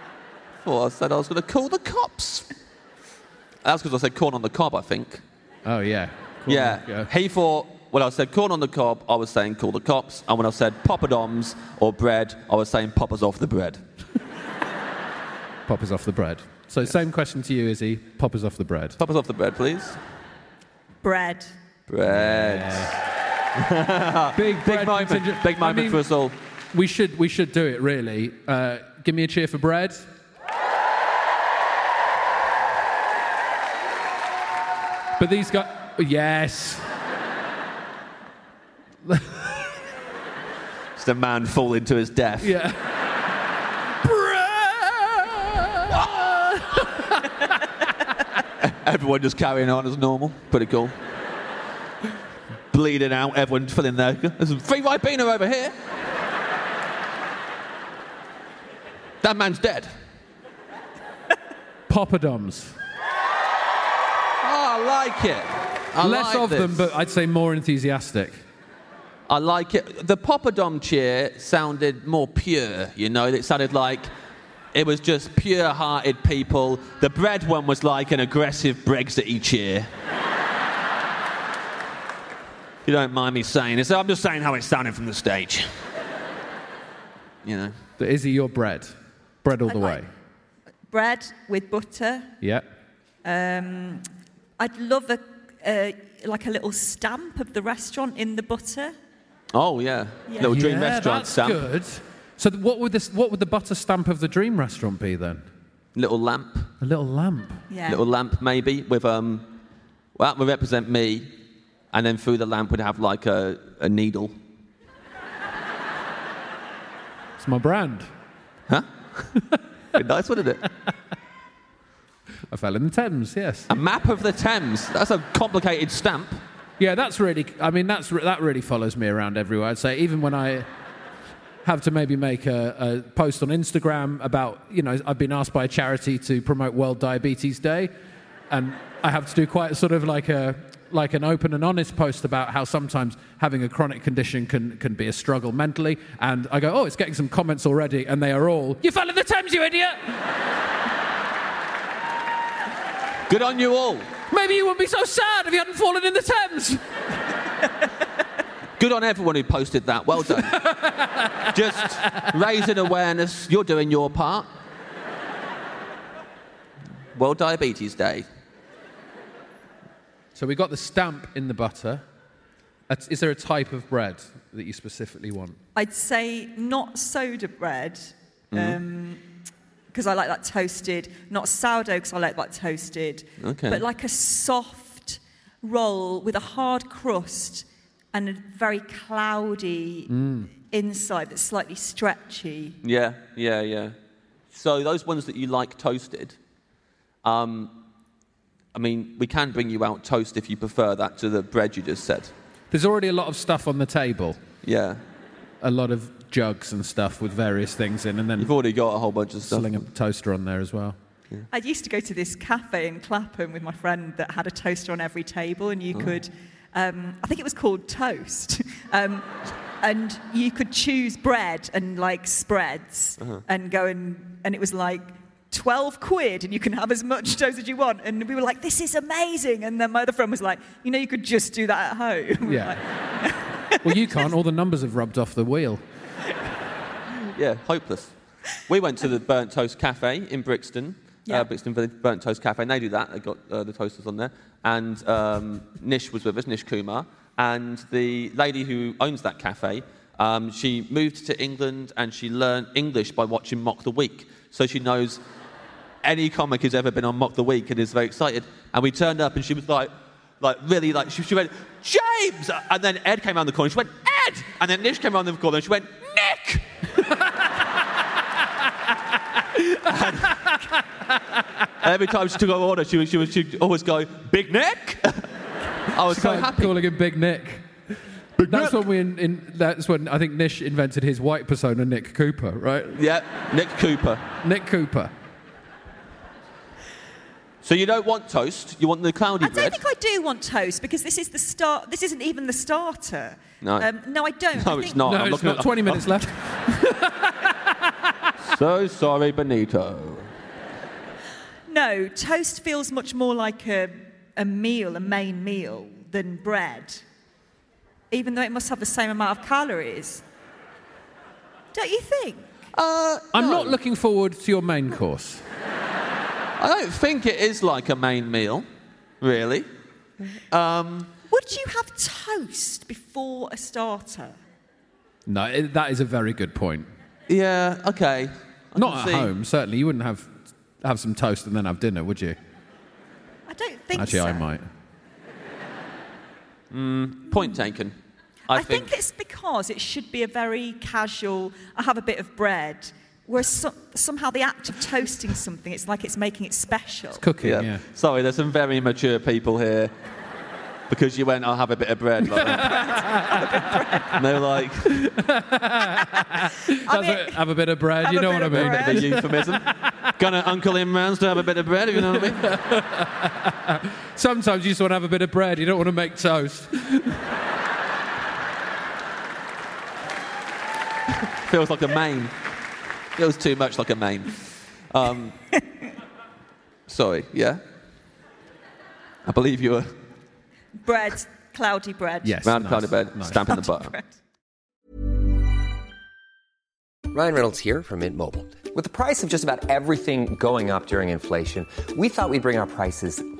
B: (laughs) Thought I said I was going to call the cops. That's because I said corn on the cob, I think.
A: Oh yeah. Cool.
B: yeah. He thought when I said corn on the cob, I was saying call the cops, and when I said poppadoms or bread, I was saying poppers off the bread.
A: Poppers off the bread. So same question to you, Izzy. Poppers off the bread.
B: Poppers off the bread, please.
G: Bread.
B: Bread.
A: Big,
B: Big moment. Big moment for us all.
A: We should we should do it really. Uh, give me a cheer for bread. But these guys, yes,
B: Just a man falling to his death.
A: yeah.
B: (laughs) Everyone just carrying on as normal. Pretty cool. Bleeding out, everyone filling their. There's a free Ribena over here. That man's dead.
A: Poppadoms.
B: Oh, I like it. I
A: Less
B: like
A: of them,
B: this.
A: but I'd say more enthusiastic.
B: I like it. The poppadom cheer sounded more pure, you know. It sounded like it was just pure-hearted people. The bread one was like an aggressive Brexit-y cheer. If you don't mind me saying this. I'm just saying how it sounded from the stage. You know.
A: But Izzy, your bread. Bread all the
G: I'd
A: way.
G: like- Bread with butter.
A: Yeah.
G: Um, I'd love a, uh, like a little stamp of the restaurant in the butter.
B: Oh yeah.
G: Yeah.
B: Little dream
A: yeah,
B: restaurant
A: that's
B: stamp.
A: good. So th- what would, this, what would the butter stamp of the dream restaurant be then?
B: Little lamp.
A: A little lamp.
G: Yeah.
B: Little lamp maybe with um. Well, that would represent me, and then through the lamp would have like a, a needle.
A: It's my brand.
B: Huh? nice one, isn't it?
A: I fell in the Thames, yes.
B: A map of the Thames. That's a complicated stamp.
A: Yeah, that's really. I mean, that's re- that really follows me around everywhere. I'd say even when I have to maybe make a, a post on Instagram about, you know, I've been asked by a charity to promote World Diabetes Day, and I have to do quite sort of like a like an open and honest post about how sometimes having a chronic condition can can be a struggle mentally. And I go, oh, it's getting some comments already, and they are all, you fell in the Thames, you idiot.
B: Good on you all.
A: Maybe you wouldn't be so sad if you hadn't fallen in the Thames.
B: Good on everyone who posted that. Well (laughs) done. Just raising awareness. You're doing your part. World Diabetes Day.
A: So we got the stamp in the butter. That's- Is there a type of bread that you specifically want?
G: I'd say not soda bread, because I like that toasted. Not sourdough, because I like that toasted.
L: Okay.
G: But like a soft roll with a hard crust and a very cloudy inside that's slightly stretchy.
B: Yeah, yeah, yeah. So those ones that you like toasted, um, I mean, we can bring you out toast if you prefer that to the bread you just said.
A: There's already a lot of stuff on the table.
B: Yeah.
A: A lot of jugs and stuff with various things in, and then
B: You've already got a whole bunch of stuff.
A: sling a toaster on there as well.
G: I used to go to this cafe in Clapham with my friend that had a toaster on every table, and you
B: Oh.
G: could, um, I think it was called Toast, (laughs) um, and you could choose bread and like spreads
B: Uh-huh.
G: and go and, and it was like 12 quid, and you can have as much (laughs) toast as you want. And we were like, this is amazing. And then my other friend was like, you know, you could just do that at home. (laughs)
A: Yeah. well, you can't. All the numbers have rubbed off the wheel.
B: Yeah, hopeless. We went to the Burnt Toast Cafe in Brixton.
G: Yeah.
B: Uh, Brixton Village Burnt Toast Cafe, and they do that. They got uh, the toasters on there. And um, Nish was with us, Nish Kumar. And the lady who owns that cafe, um, she moved to England and she learned English by watching Mock the Week. So she knows any comic who's ever been on Mock the Week and is very excited. And we turned up and she was like, like really, like she, she went, James! And then Ed came around the corner and she went, Ed! And then Nish came around the corner and she went, Nick! And every time she took our order, she would, she would she'd always go, Big Nick? I was so
A: Call-
B: happy.
A: Calling him Big Nick. that's when we. In, in, that's when I think Nish invented his white persona, Nick Cooper. Right?
B: Yeah, Nick Cooper.
A: Nick Cooper.
B: So you don't want toast, you want the cloudy
G: I don't
B: bread.
G: think I do want toast because this is the start. This isn't even the starter. Um,
B: No.
G: no, I don't.
B: (laughs) No,
G: I
B: it's
G: think-
B: not.
A: no,
B: I'm
A: it's
B: looking
A: not.
B: at-
A: Twenty minutes left.
B: so sorry, Benito.
G: No, toast feels much more like a, a meal, a main meal, than bread, even though it must have the same amount of calories. Don't you think?
B: Uh,
A: I'm not looking forward to your main course.
B: I don't think it is like a main meal, really.
G: Would you have toast before a starter?
A: No, it, that is a very good point.
B: Yeah, okay. I
A: Not
B: can
A: at
B: see.
A: home, certainly. You wouldn't have have some toast and then have dinner, would you?
G: I don't think
A: Actually,
G: so.
A: I might.
B: Point taken.
G: I,
B: I,
G: think. it's because it should be a very casual, I have a bit of bread, where so- somehow the act of toasting something, it's like it's making it special.
A: Cooking, yeah.
B: Sorry, there's some very mature people here because you went, I'll have a bit of bread. Like that. and they were like,
G: I
A: That's
G: mean,
A: a- have a bit of bread.
G: Have
A: you
G: a
A: know
G: bit
A: what I
G: of
A: mean?
G: bread.
B: the
A: (laughs)
B: euphemism. Gonna Uncle Imran's to have a bit of bread, if you know what I mean?
A: Sometimes you just want to have a bit of bread. You don't want to make toast.
B: Feels like a main. Feels too much like a main.
A: (laughs)
B: Um, sorry, yeah? I believe you were
G: bread, cloudy bread.
A: Yes.
B: round
A: nice,
B: cloud of bed,
A: nice.
B: stamping the butter.
G: Bread.
M: Ryan Reynolds here from Mint Mobile. With the price of just about everything going up during inflation, we thought we'd bring our prices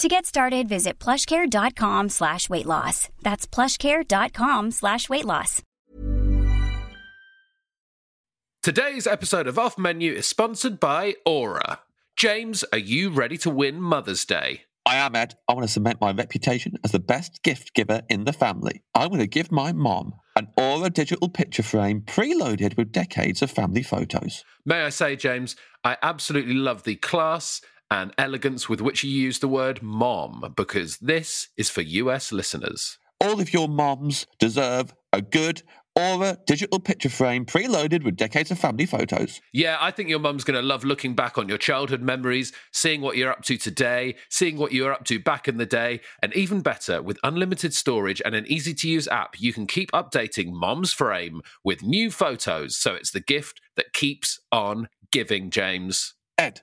N: To get started, visit plushcare.com slash weight loss. That's plushcare.com slash weight loss.
A: Today's episode of Off Menu is sponsored by Aura. James, are you ready to win Mother's Day?
O: I am Ed. I want to cement my reputation as the best gift giver in the family. I'm going to give my mom an Aura digital picture frame preloaded with decades of family photos.
A: May I say, James, I absolutely love the class and elegance with which you use the word mom because this is for US listeners.
O: All of your moms deserve a good Aura digital picture frame preloaded with decades of family photos.
A: Yeah, I think your mum's going to love looking back on your childhood memories, seeing what you're up to today, seeing what you were up to back in the day, and even better, with unlimited storage and an easy to use app, you can keep updating Mom's Frame with new photos. So it's the gift that keeps on giving, James.
O: Ed,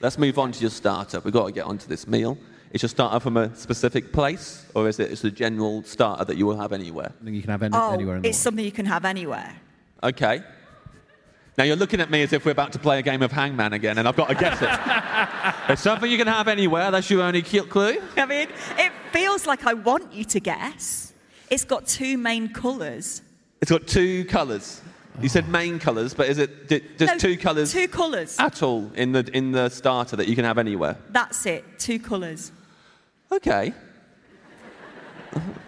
B: Let's move on to your starter. We've got to get onto this meal. Is your starter from a specific place, or is it just a general starter that you will have anywhere? I think you can have
G: oh, it's something you can have anywhere.
B: Okay. Now you're looking at me as if we're about to play a game of hangman again, and I've got to guess it. (laughs) it's something you can have anywhere. That's your only cute clue.
G: I mean, it feels like I want you to guess. It's got two main colours.
B: It's got two colours. You said main colours, but is it d- just
G: No,
B: two colours? Ah.
G: Two colours.
B: at all in the in the starter that you can have anywhere.
G: That's it. Two colours.
B: Okay.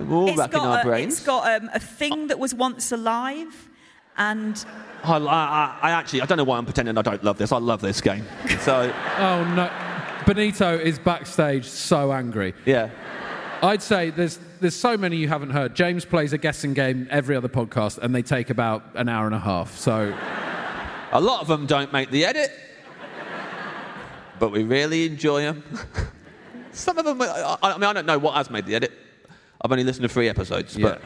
B: We're all
G: It's
B: racking
G: got,
B: our
G: a,
B: brains.
G: it's got um, a thing that was once alive, and
B: I, I- I- I actually, I don't know why I'm pretending I don't love this. I love this game. So,
D: Oh no, Benito is backstage so angry.
B: Yeah.
D: I'd say there's there's so many you haven't heard. James plays a guessing game every other podcast, and they take about an hour and a half. So
B: a lot of them don't make the edit, but we really enjoy them. Some of them, I, I mean, I don't know what has made the edit. I've only listened to three episodes, but.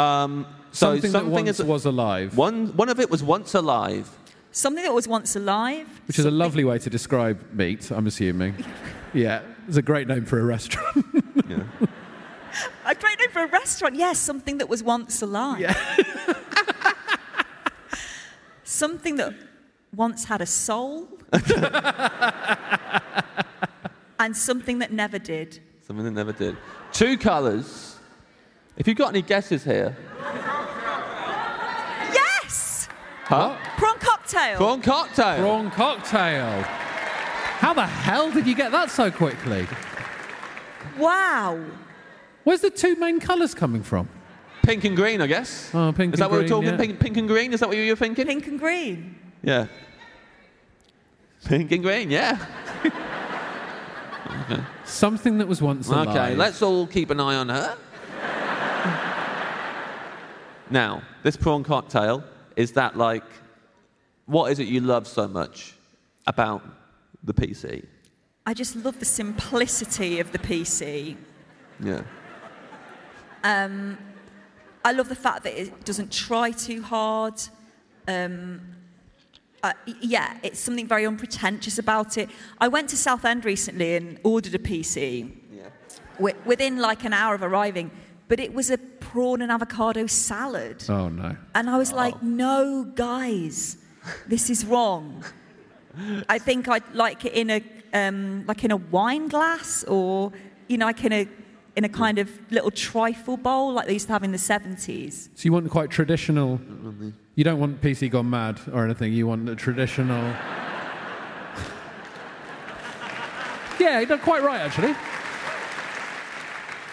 B: Um, so
D: Something that once
B: was
D: alive.
B: One, one of it was once alive.
G: something that was once alive.
D: Which is a lovely way to describe meat, I'm assuming.
B: (laughs)
D: Yeah, it's a great name for a restaurant.
G: A great name for a restaurant. Yes, something that was once alive. (laughs) something that once had
D: (laughs)
G: a soul. and something that never did.
B: Something that never did. Two colours. If you've got any guesses here.
G: Yes!
B: Huh?
G: Prawn cocktail.
B: Prawn cocktail.
D: Prawn cocktail. How the hell did you get that so quickly?
G: Wow.
D: Where's the two main colours coming from?
B: Pink and green, I guess.
D: Oh, pink
B: Is that
D: and
B: what
D: green,
B: we're talking?
D: yeah.
B: Pink, pink and green? Is that what you were thinking?
G: Pink and green.
B: Yeah. Pink and green, yeah.
D: Something that was once alive.
B: Okay, let's all keep an eye on her. now, this prawn cocktail, is that like, what is it you love so much about the PC?
G: I just love the simplicity of the PC.
B: Yeah.
G: Um, I love the fact that it doesn't try too hard. Um, uh, y- yeah, it's something very unpretentious about it. I went to Southend recently and ordered a PC wi- within like an hour of arriving, but it was a prawn and avocado salad.
D: Oh, no.
G: And I was like, no, guys, this is wrong. I think I'd like it in a um, like in a wine glass or you know, like in a in a kind of little trifle bowl like they used to have in the seventies.
D: So you want quite traditional. You don't want PC gone mad or anything. You want a
G: (laughs)
D: traditional. yeah, you're quite right, actually.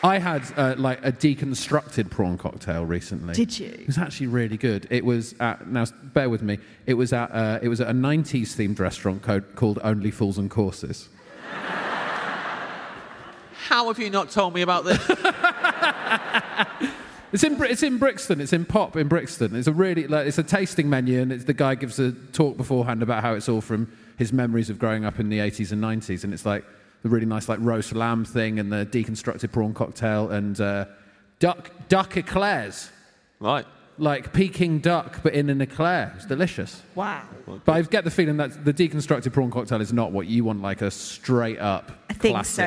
D: I had uh, like a deconstructed prawn cocktail recently.
G: Did you?
D: It was actually really good. It was at now. Bear with me. It was at uh, it was at a '90s themed restaurant co- called Only Fools and Courses.
B: How have you not told me about this?
D: It's in Bri- it's in Brixton. It's in Pop in Brixton. It's a really like it's a tasting menu, and it's, the guy gives a talk beforehand about how it's all from his memories of growing up in the 80s and 90s, and it's like the really nice like roast lamb thing, and the deconstructed prawn cocktail, and uh, duck duck eclairs.
B: (laughs) Right.
D: Like Peking duck, but in an eclair. It's delicious.
G: Wow.
D: But I get the feeling that the deconstructed prawn cocktail is not what you want, like a straight up
G: I think
D: classic
G: so.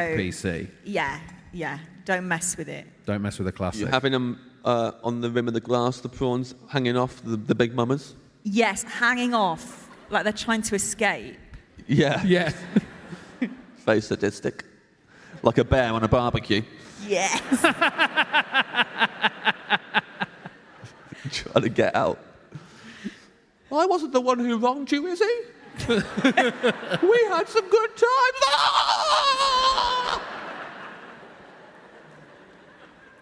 D: PC.
G: Yeah, yeah. Don't mess with it.
D: Don't mess with a classic.
B: You're having them uh, on the rim of the glass, the prawns hanging off the, the big mamas.
G: Yes, hanging off like they're trying to escape.
B: Yeah.
D: Yeah.
B: Face sadistic. Like a bear on a barbecue.
G: Yes.
B: Trying to get out. Well, I wasn't the one who wronged you, is he? (laughs) we had some good Ah! times.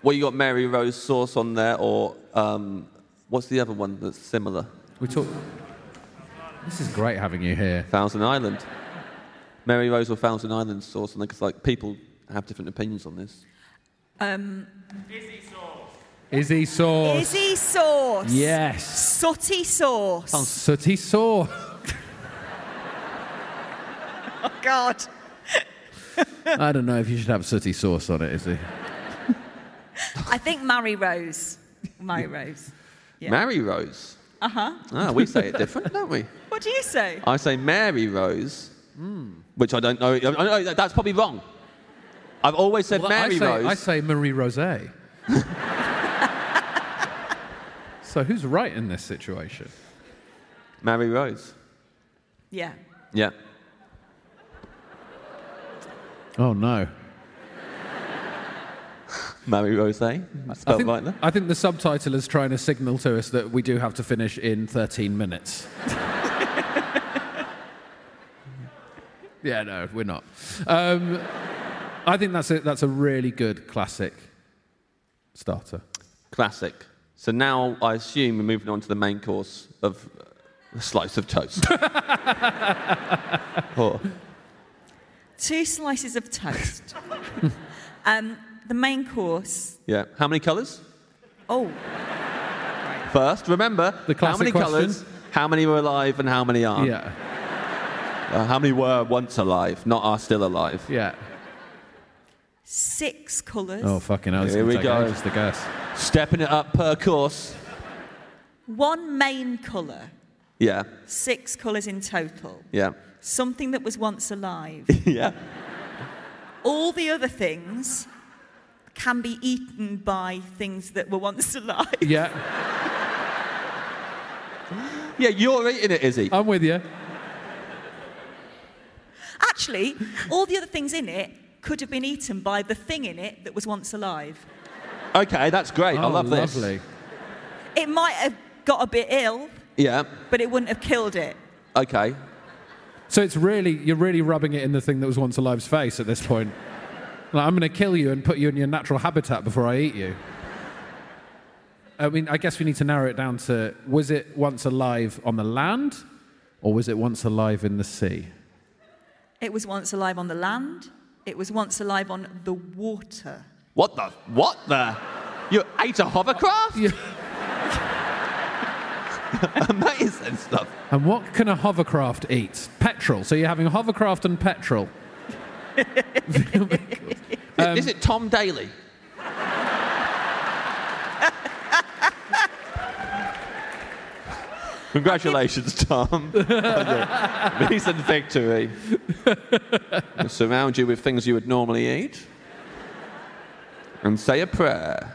B: Well, you got Mary Rose sauce on there, or um, what's the other one that's similar?
D: We talk. This is great having you here.
B: Thousand Island. Mary Rose or Thousand Island sauce on there, because like people have different opinions on this.
G: Um,
D: Izzy sauce.
G: Izzy sauce.
D: Yes.
G: Sooty sauce.
D: Sooty sauce.
G: Oh, God.
D: (laughs) I don't know if you should have sooty sauce on it, Izzy.
G: I think Mary Rose. Mary Rose. Yeah.
B: Mary Rose.
G: Uh huh.
B: Ah, we say it different, don't we?
G: What do you say?
B: I say Mary Rose, which I don't know. I know that- that's probably wrong. I've always said
D: Well,
B: Mary
D: I say,
B: Rose.
D: I say Marie (laughs) Rosé. so who's right in this situation?
B: Mary Rose.
G: Yeah.
B: Yeah.
D: Oh no.
B: Mary Rose. eh?
D: I
B: Spelled
D: think,
B: right there.
D: I think the subtitle is trying to signal to us that we do have to finish in 13
B: (laughs)
D: minutes. yeah, no, we're not. Um, I think that's a, that's a really good classic starter.
B: Classic. So now I assume we're moving on to the main course of uh, a slice
D: (laughs)
B: of toast. oh.
G: Two slices of toast. um, the main course.
B: Yeah. How many colours?
G: Oh,
B: First, remember
D: The
B: how
D: classic
B: many
D: question.
B: colours, how many were alive, and how many aren't.
D: Yeah,
B: Uh, how many were once alive, not are still alive.
D: yeah.
G: six colours.
D: Oh, fucking hell. it's
B: Here
D: gonna
B: we
D: take
B: go.
D: ages to guess.
B: Stepping it up per course.
G: One main colour.
B: Yeah.
G: Six colours in total.
B: Yeah.
G: Something that was once alive.
B: (laughs) yeah.
G: All the other things can be eaten by things that were once (laughs) alive.
D: Yeah,
B: Yeah, you're eating it, Izzy.
D: I'm with you.
G: Actually, all the other things in it could have been eaten by the thing in it that was once alive.
B: Okay, that's great. I
D: Oh,
B: love this.
D: Lovely.
G: It might have got a bit ill,
B: Yeah.
G: but it wouldn't have killed it.
B: Okay.
D: So it's really, you're really rubbing it in the thing that was once alive's face at this point. Like, I'm going to kill you and put you in your natural habitat before I eat you. I mean, I guess we need to narrow it down to was it once alive on the land or was it once alive in the sea?
G: It was once alive on the land. It was once alive on the water.
B: What the? What the? You ate a hovercraft?
D: Yeah.
B: (laughs) Amazing stuff.
D: And what can a hovercraft eat? Petrol. So you're having hovercraft and petrol. Um,
B: Is it Tom Daly? Congratulations, (laughs) Tom. On your Recent victory. We'll surround you with things you would normally eat. And say
D: (laughs)
B: a prayer.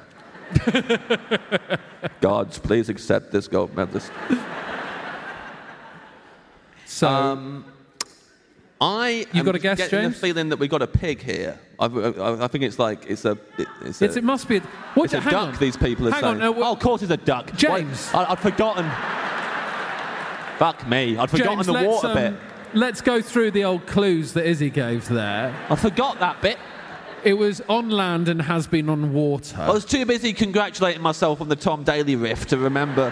B: Gods, please accept this gold medalist.
D: So
B: Um, I
D: You
B: am
D: got a guess,
B: getting
D: James?
B: the feeling that we got a pig here. I, I, I think it's like it's a it's a,
D: it's, it must be. What
B: it's
D: do-
B: a
D: hang
B: duck.
D: on.
B: These people are
D: hang
B: saying.
D: on, uh, no, wha-
B: oh, of course, it's a duck.
D: James.
B: Why- I, would forgotten. Fuck me! I'd Oh, forgotten
D: James,
B: the
D: let's,
B: water
D: um,
B: bit.
D: Let's go through the old clues that Izzy gave there.
B: I forgot that bit.
D: It was on land and has been on water.
B: I was too busy congratulating myself on the Tom Daly riff
D: (laughs)
B: to remember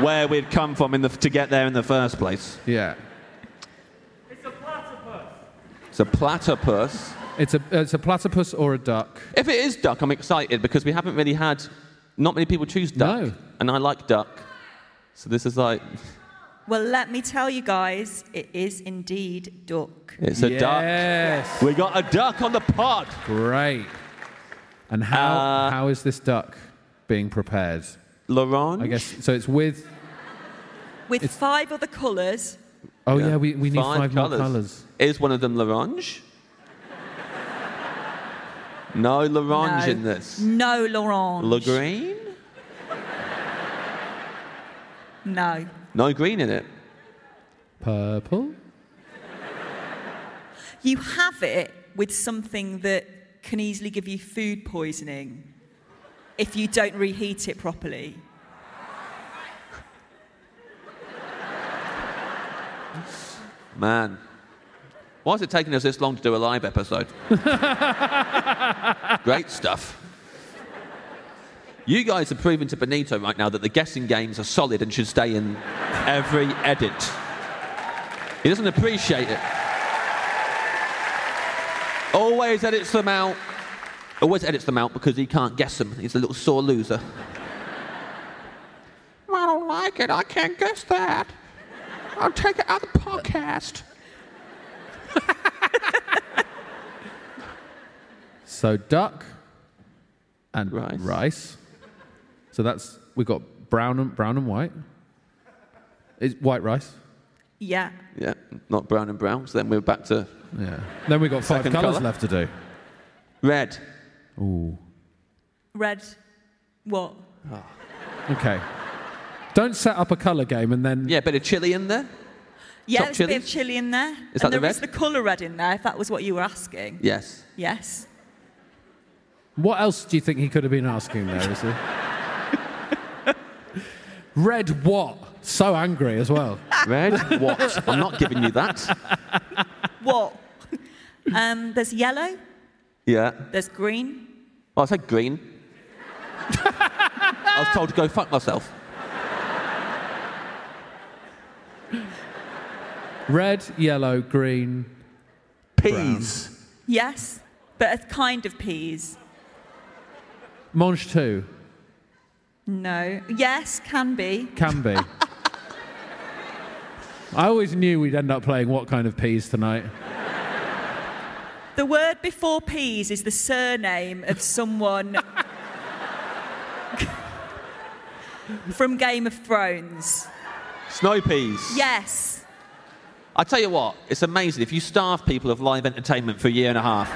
B: where we'd come from in the, to get there in the first place.
D: Yeah.
B: It's a platypus.
D: It's a it's a platypus or a duck.
B: If it is duck, I'm excited because we haven't really had. Not many people choose duck, and I like duck. So this is like
G: Well, let me tell you guys, it is indeed duck.
B: it's a duck.
D: Yes.
B: We got a duck on the pod.
D: Great. And how
B: Uh,
D: how is this duck being prepared?
B: Laurent?
D: I guess so. It's with.
G: With five other colours.
D: Oh yeah, we, we need five, more
B: colours.
D: colours.
B: Is one of them l'orange? No l'orange
G: No.
B: in this.
G: No, Laurent.
B: Le green?
G: No.
B: No green in it.
D: Purple?
G: You have it with something that can easily give you food poisoning if you don't reheat it properly.
B: Man. Why is it taking us this long to do a live episode? Great stuff. You guys have proven to Benito right now that the guessing games are solid and should stay in every edit. He doesn't appreciate it. Always edits them out. Always edits them out because he can't guess them. He's a little sore loser.
F: I don't like it. I can't guess that. I'll take it out of the podcast.
D: So duck and rice. So that's we've got brown and brown and white. It's white rice.
G: Yeah.
B: Yeah, not brown and brown. So then we're back to
D: Yeah. Then we got five
B: Second
D: colours
B: colour.
D: left to do.
B: red.
D: Ooh.
G: Red. What?
D: Okay. Don't set up a colour game and then
B: Yeah, bit of chili in there.
G: Yeah,
D: Chopped
G: there's a bit of chili in there.
D: Is that
G: and
D: the
G: there is the colour red in there, if that was what you were asking.
B: Yes.
G: Yes.
D: What else do you think he could have been asking there?
B: (laughs)
D: Is he? Red what? So angry as well.
B: (laughs) Red what? I'm not giving you that.
G: What? (laughs) um, there's yellow,
B: Yeah.
G: there's green.
B: Well, I said green. (laughs) I was told to go fuck myself.
D: Red, yellow, green.
B: Peas.
G: Yes, but a kind of peas.
D: Mange two.
G: No. Yes, can be.
D: Can be. I always knew we'd end up playing what kind of peas tonight.
G: The word before peas is the surname of someone (laughs) from Game of Thrones.
B: Snow peas.
G: Yes.
B: I tell you what, it's amazing. If you starve people of live entertainment for a year and a half,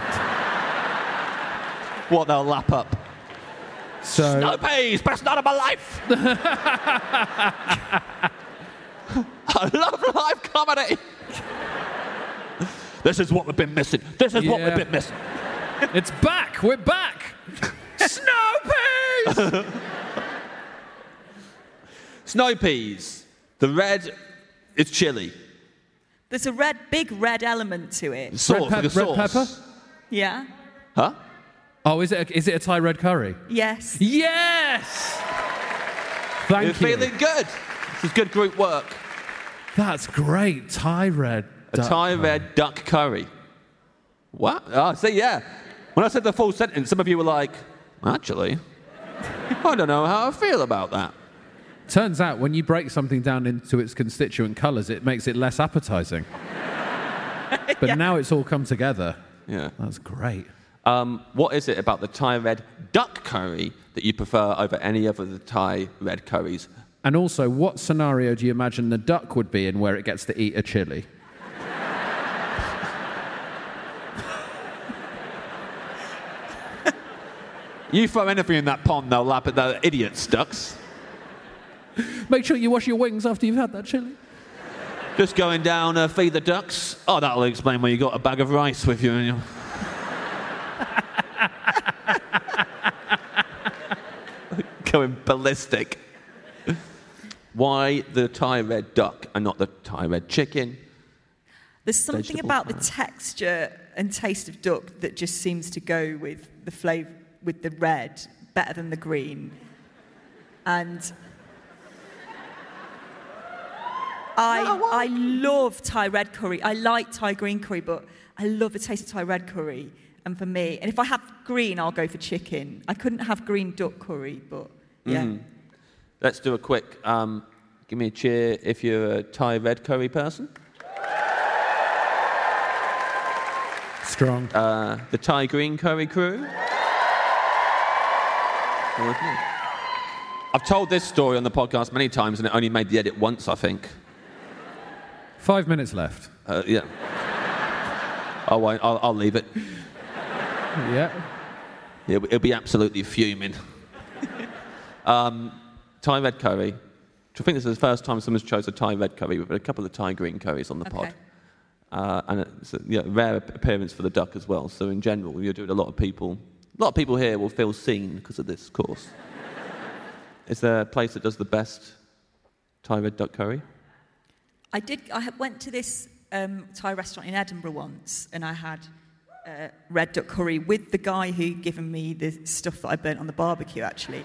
B: (laughs) what they'll lap up.
D: So
B: Snow peas, best night of my life.
D: (laughs)
B: I love live comedy. This is what we've been missing. This is what we've
D: Yeah.
B: been missing.
D: it's back. We're
B: (laughs)
D: back. Snow peas.
B: Snow peas. The red is chili.
G: There's a red, big red element to it.
B: Sauce,
D: pep-
B: like a sauce.
D: red pepper?
G: Yeah.
B: Huh?
D: Oh, is it a, is it a Thai red curry?
G: Yes.
D: Yes. Thank
B: You're
D: you.
B: feeling good. This is good group work.
D: That's great. Thai red.
B: A
D: duck
B: Thai
D: curry.
B: red duck curry. What? Oh, see, yeah. When I said the full sentence, some of you were like, actually, I don't know how I feel about that.
D: Turns out when you break something down into its constituent colours, it makes it less appetizing. but now it's all come together.
B: Yeah.
D: That's great.
B: Um, what is it about the Thai red duck curry that you prefer over any other of the Thai red curries?
D: And also, what scenario do you imagine the duck would be in where it gets to eat a chili?
B: You throw anything in that pond, they'll lap at the idiots ducks.
D: Make sure you wash your wings after you've had that chili.
B: Just going down, uh, feed the ducks. Oh, that'll explain why you got a bag of rice with you. And you (laughs) going ballistic. Why the Thai red duck and not the Thai red chicken?
G: There's something
B: Vegetable
G: about the
B: fat.
G: texture and taste of duck that just seems to go with the flavour, with the red better than the green.
B: (laughs)
G: And I, I love Thai red curry. I like Thai green curry, but I love the taste of Thai red curry. And for me, and if I have green, I'll go for chicken. I couldn't have green duck curry, but yeah.
B: Mm. Let's do a quick. Um, give me a cheer if you're a Thai red curry person.
D: Strong.
B: Uh, the Thai green curry crew. Go with me. I've told this story on the podcast many times, and it only made the edit once, I think.
D: Five minutes left.
B: Uh, (laughs) yeah. I won't. I'll, I'll leave it.
D: Yeah.
B: It'll, it'll be absolutely fuming. (laughs) um, Thai red curry. I think this is the first time someone's chose a Thai red curry. We've had a couple of Thai green curries on the pod.
G: Okay.
B: Uh, and it's a yeah, rare appearance for the duck as well. So in general, you're doing a lot of people. A lot of people here will feel seen because of this
G: (laughs)
B: course. is there a place that does the best Thai red duck curry?
G: I did. I had- went to this um, Thai restaurant in Edinburgh once, and I had uh, red duck curry with the guy who given me the stuff that I burnt on the barbecue, actually.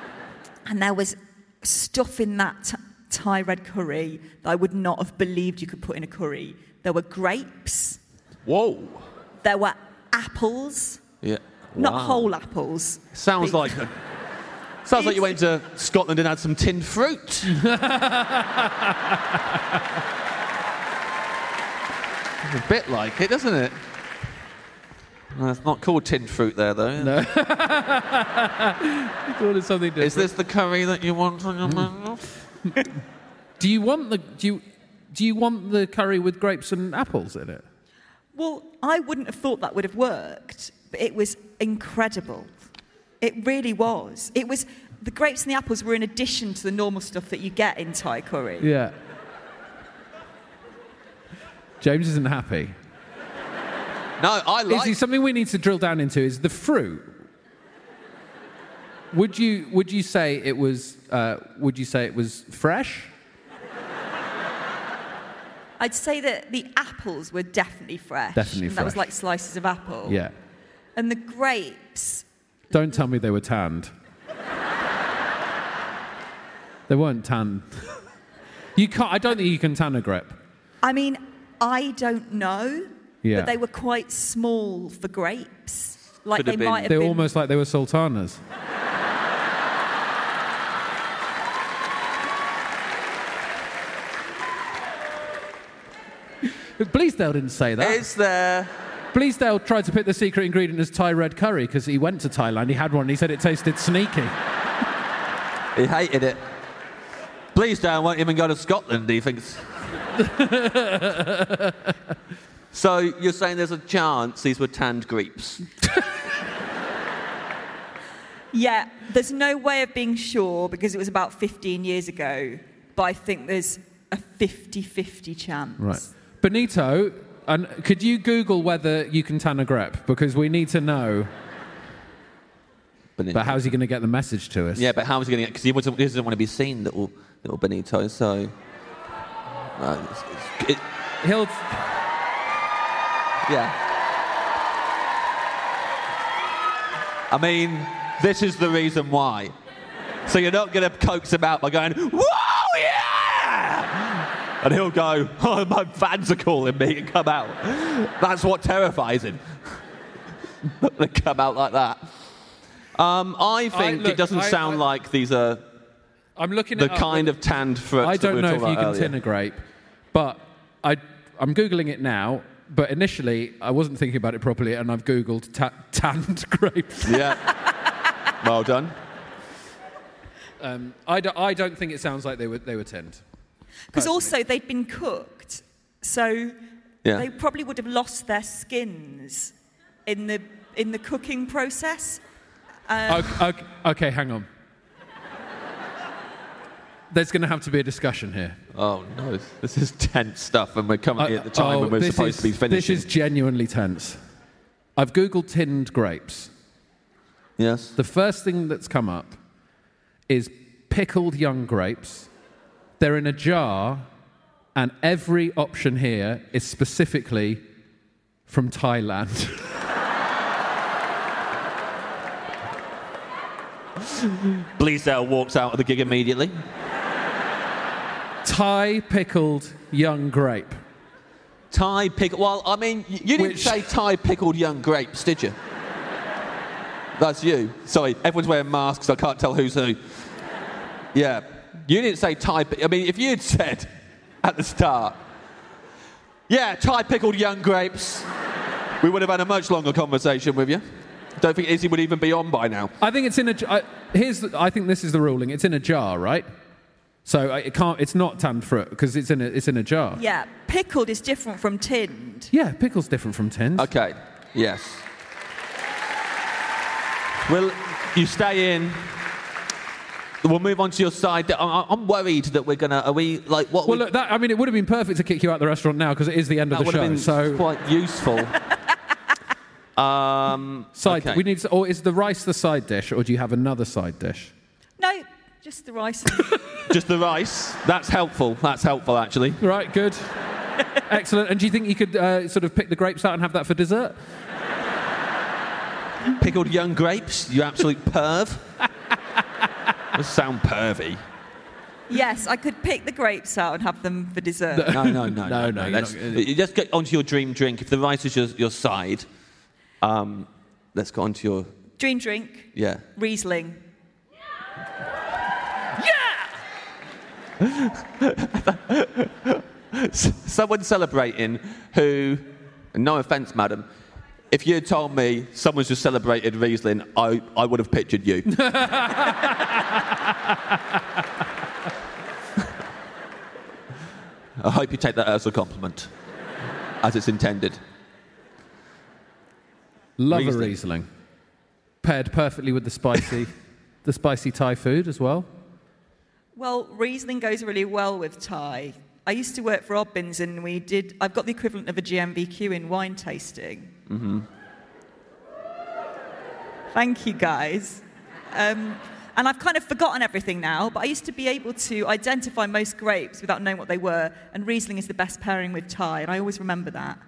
G: (laughs) and there was stuff in that Th- Thai red curry that I would not have believed you could put in a curry. There were grapes.
B: Whoa.
G: There were apples,
B: Yeah.
G: not
B: Wow.
G: whole apples.
B: Sounds like sounds like you went to Scotland and had some tinned fruit. a bit like it, doesn't it? No, it's not called tinned fruit there, though. No.
D: called it something different.
B: Is this the curry that you want on your menu?
D: Do you want the do you do you want the curry with grapes and apples in it?
G: Well, I wouldn't have thought that would have worked, but it was incredible. It really was. It was the grapes and the apples were in addition to the normal stuff that you get in Thai curry.
D: Yeah. (laughs) James isn't happy.
B: No, I
D: like. Is he something we need to drill down into? Is the fruit? Would you would you say it was uh, would you say it was fresh?
G: I'd say that the apples were definitely fresh.
D: Definitely
G: and That was
D: fresh.
G: like slices of apple.
D: Yeah.
G: And the grapes,
D: Don't tell me they were tanned. they weren't tanned. you can't. I don't think you can tan a grape.
G: I mean, I don't know,
D: Yeah.
G: but they were quite small for grapes.
D: Could
G: Like they might have
D: They're
G: been
D: almost like they were sultanas. Bleasdale didn't say that. Is
B: there?
D: Bleasdale tried to put the secret ingredient as Thai red curry because he went to Thailand. He had one. and He said it tasted sneaky.
B: He hated it. Please don't won't even go to Scotland, do you think? so you're saying there's a chance these were tanned grapes?
G: Yeah, there's no way of being sure because it was about 15 years ago, but I think there's a 50 50 chance.
D: Right. Benito, and could you Google whether you can tan a grape? Because we need to know. But how's he going to get the message to us?
B: Yeah, but how is he going to get? Because he doesn't, he doesn't want to be seen, little little Benito. So uh, it's- it's- it-
D: he'll.
B: Yeah. I mean, this is the reason why. So you're not going to coax him out by going, "Whoa, yeah!" And he'll go, "Oh, my fans are calling me," and come out. That's what terrifies him. (laughs) they come out like that. Um, I think
D: look,
B: it doesn't
D: I-
B: sound like these are
D: I'm looking
B: the
D: it up,
B: kind
D: but-
B: of tanned fruits.
D: I
B: that we
D: don't
B: were
D: know if
B: talking
D: you
B: about
D: can
B: earlier.
D: tin a grape, but I, I'm Googling it now. But initially, I wasn't thinking about it properly, and I've Googled ta- tanned (laughs) grapes.
B: Yeah. well done.
D: Um, I, do, I don't think it sounds like they were, they were tinned.
G: Because also they'd been cooked, so
D: Yeah.
G: they probably would have lost their skins in the, in the cooking process. Um,
D: Okay, okay, okay, hang on. There's going to have to be a discussion here.
B: Oh no, this is tense stuff, and we're coming here at the time
D: Oh,
B: when we're
D: this
B: supposed
D: is-
B: to be finishing.
D: This is genuinely tense. I've Googled tinned grapes.
B: Yes.
D: The first thing that's come up is pickled young grapes. They're in a jar And every option here is specifically from Thailand. (laughs)
B: Bleasdale walks out of the gig immediately.
D: Thai pickled young grape.
B: Thai pickle. Well, I mean, y- you didn't say Thai pickled young grapes, did you? That's you. Sorry, everyone's wearing masks. I can't tell who's who. Yeah, you didn't say Thai. pi- I mean, if you'd said at the start, yeah, Thai pickled young grapes, we would have had a much longer conversation with you. Don't think Izzy would even be on by now.
D: I think it's in a. j- I, here's. The, I think this is the ruling. It's in a jar, right? So uh, it can't. It's not tammed fruit because it's in a. It's in a jar.
G: Yeah, pickled is different from tinned.
D: Yeah, pickles different from tins.
B: Okay. Yes. Well, you stay in. We'll move on to your side. I- I- I'm worried that we're gonna. Are we like what?
D: Well, look. That, I mean, it would have been perfect to kick you out of the restaurant now because it is the end of
B: That
D: the
B: would have
D: show. so
B: been quite useful. um,
D: side.
B: okay.
D: We need. to- Or is the rice the side dish, or do you have another side dish?
G: No, just the rice.
B: (laughs) Just the rice. That's helpful. That's helpful, actually.
D: Right. Good. Excellent. And do you think you could uh, sort of pick the grapes out and have that for dessert?
B: Pickled young grapes. You absolute (laughs) perv. Must sound pervy.
G: yes, I could pick the grapes out and have them for dessert.
B: No, (laughs) no, no, no, no.
D: no, you're
B: Let's-
D: not
B: you just get onto your dream drink. If the rice is your, your side, um, let's get onto your
G: Dream drink,
B: yeah.
G: Riesling.
B: S- someone celebrating who, no offence, madam, if you had told me someone's just celebrated Riesling, I, I would have
D: (laughs)
B: pictured you. I hope you take that as a compliment, as it's intended.
D: Love
B: Riesling.
D: a Riesling. Paired perfectly with the
B: (laughs)
D: spicy, the spicy Thai food as well.
G: Well, Riesling goes really well with Thai. I used to work for Obbins and we did, I've got the equivalent of a GMBQ in wine tasting.
P: Mm-hmm.
G: Thank you guys. Um, and I've kind of forgotten everything now, but I used to be able to identify most grapes without knowing what they were, and Riesling is the best pairing with Thai, and I always remember that.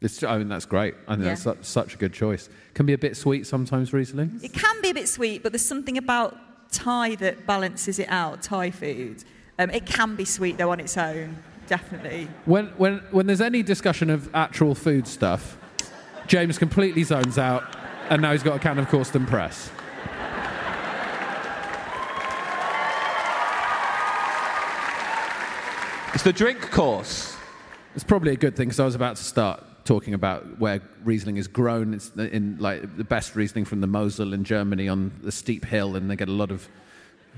D: It's, I mean, that's great. I think
G: Yeah.
D: that's su- such a good choice. Can be a bit sweet sometimes, Riesling.
G: It can be a bit sweet, but there's something about Thai that balances it out, Thai food. Um, it can be sweet, though, on its own, definitely.
D: When, when, when there's any discussion of actual food stuff, James completely zones out, and now he's got a can of Corsten Press.
B: It's the drink course.
D: It's probably a good thing because I was about to start talking about where Riesling is grown. It's in like the best Riesling from the Mosel in Germany on the steep hill, and they get a lot of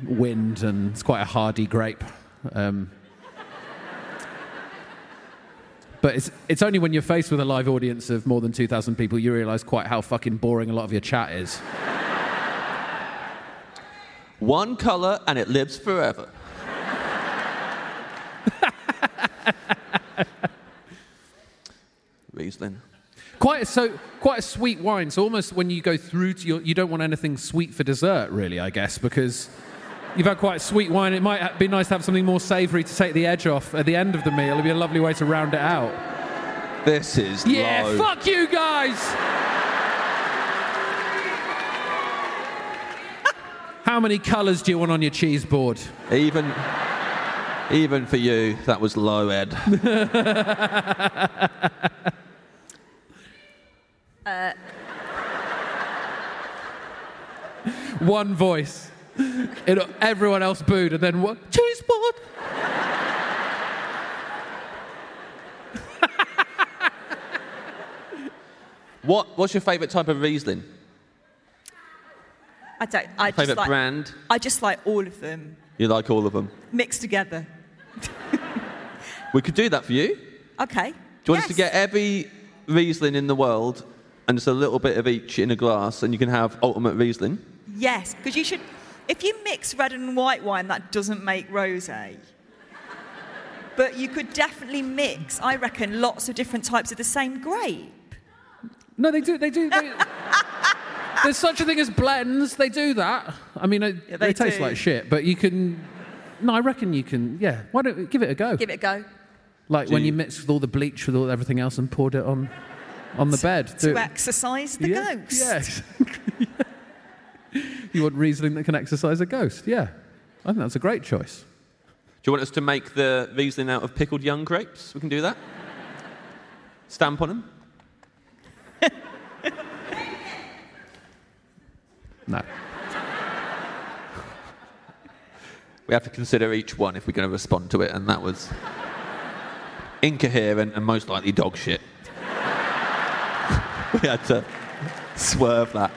D: wind, and it's quite a hardy grape. Um, but it's, it's only when you're faced with a live audience of more than 2,000 people you realise quite how fucking boring a lot of your chat is.
B: One colour and it
D: (laughs)
B: lives forever. Riesling.
D: Quite a, so quite a sweet wine. So almost when you go through to your, you don't want anything sweet for dessert, really. I guess because you've had quite sweet wine. It might ha- be nice to have something more savoury to take the edge off at the end of the meal. It'd be a lovely way to round it out.
B: This is
D: Yeah,
B: low.
D: fuck you guys. How many colours do you want on your cheese board?
B: Even, even for you, that was low, Ed.
P: Uh,
D: One voice. It, everyone else booed, and then what? Cheese board.
B: What, what's your favourite type of Riesling?
G: I don't. I just
B: Favourite
G: like,
B: brand?
G: I just like all of them
B: You like all of them.
G: mixed together.
B: We could do that for you. Do
G: Okay.
B: you want us to get every Riesling in the world and just a little bit of each in a glass and you can have ultimate Riesling?
G: Yes, because you should. If you mix red and white wine, that doesn't make rosé. But you could definitely mix, I reckon, lots of different types of the same grape.
D: No, they do. They do. They, there's such a thing as blends. They do that. I mean, it,
G: they
D: they, taste
G: do.
D: like shit, but you can. No, I reckon you can. Yeah, why don't we give it a go?
G: Give it a go.
D: Like when you, mixed all the bleach with all everything else and poured it on, on the bed. Do
G: to
D: it-
G: exercise the
D: Yeah,
G: ghost.
D: yes. (laughs) You want reasoning that can exercise a ghost? Yeah, I think that's a great choice.
B: Do you want us to make the Riesling out of pickled young grapes? We can do that. Stamp on them.
D: no.
B: We have to consider each one if we're going to respond to it, and that was incoherent and most likely dog shit. (laughs) we had to swerve that.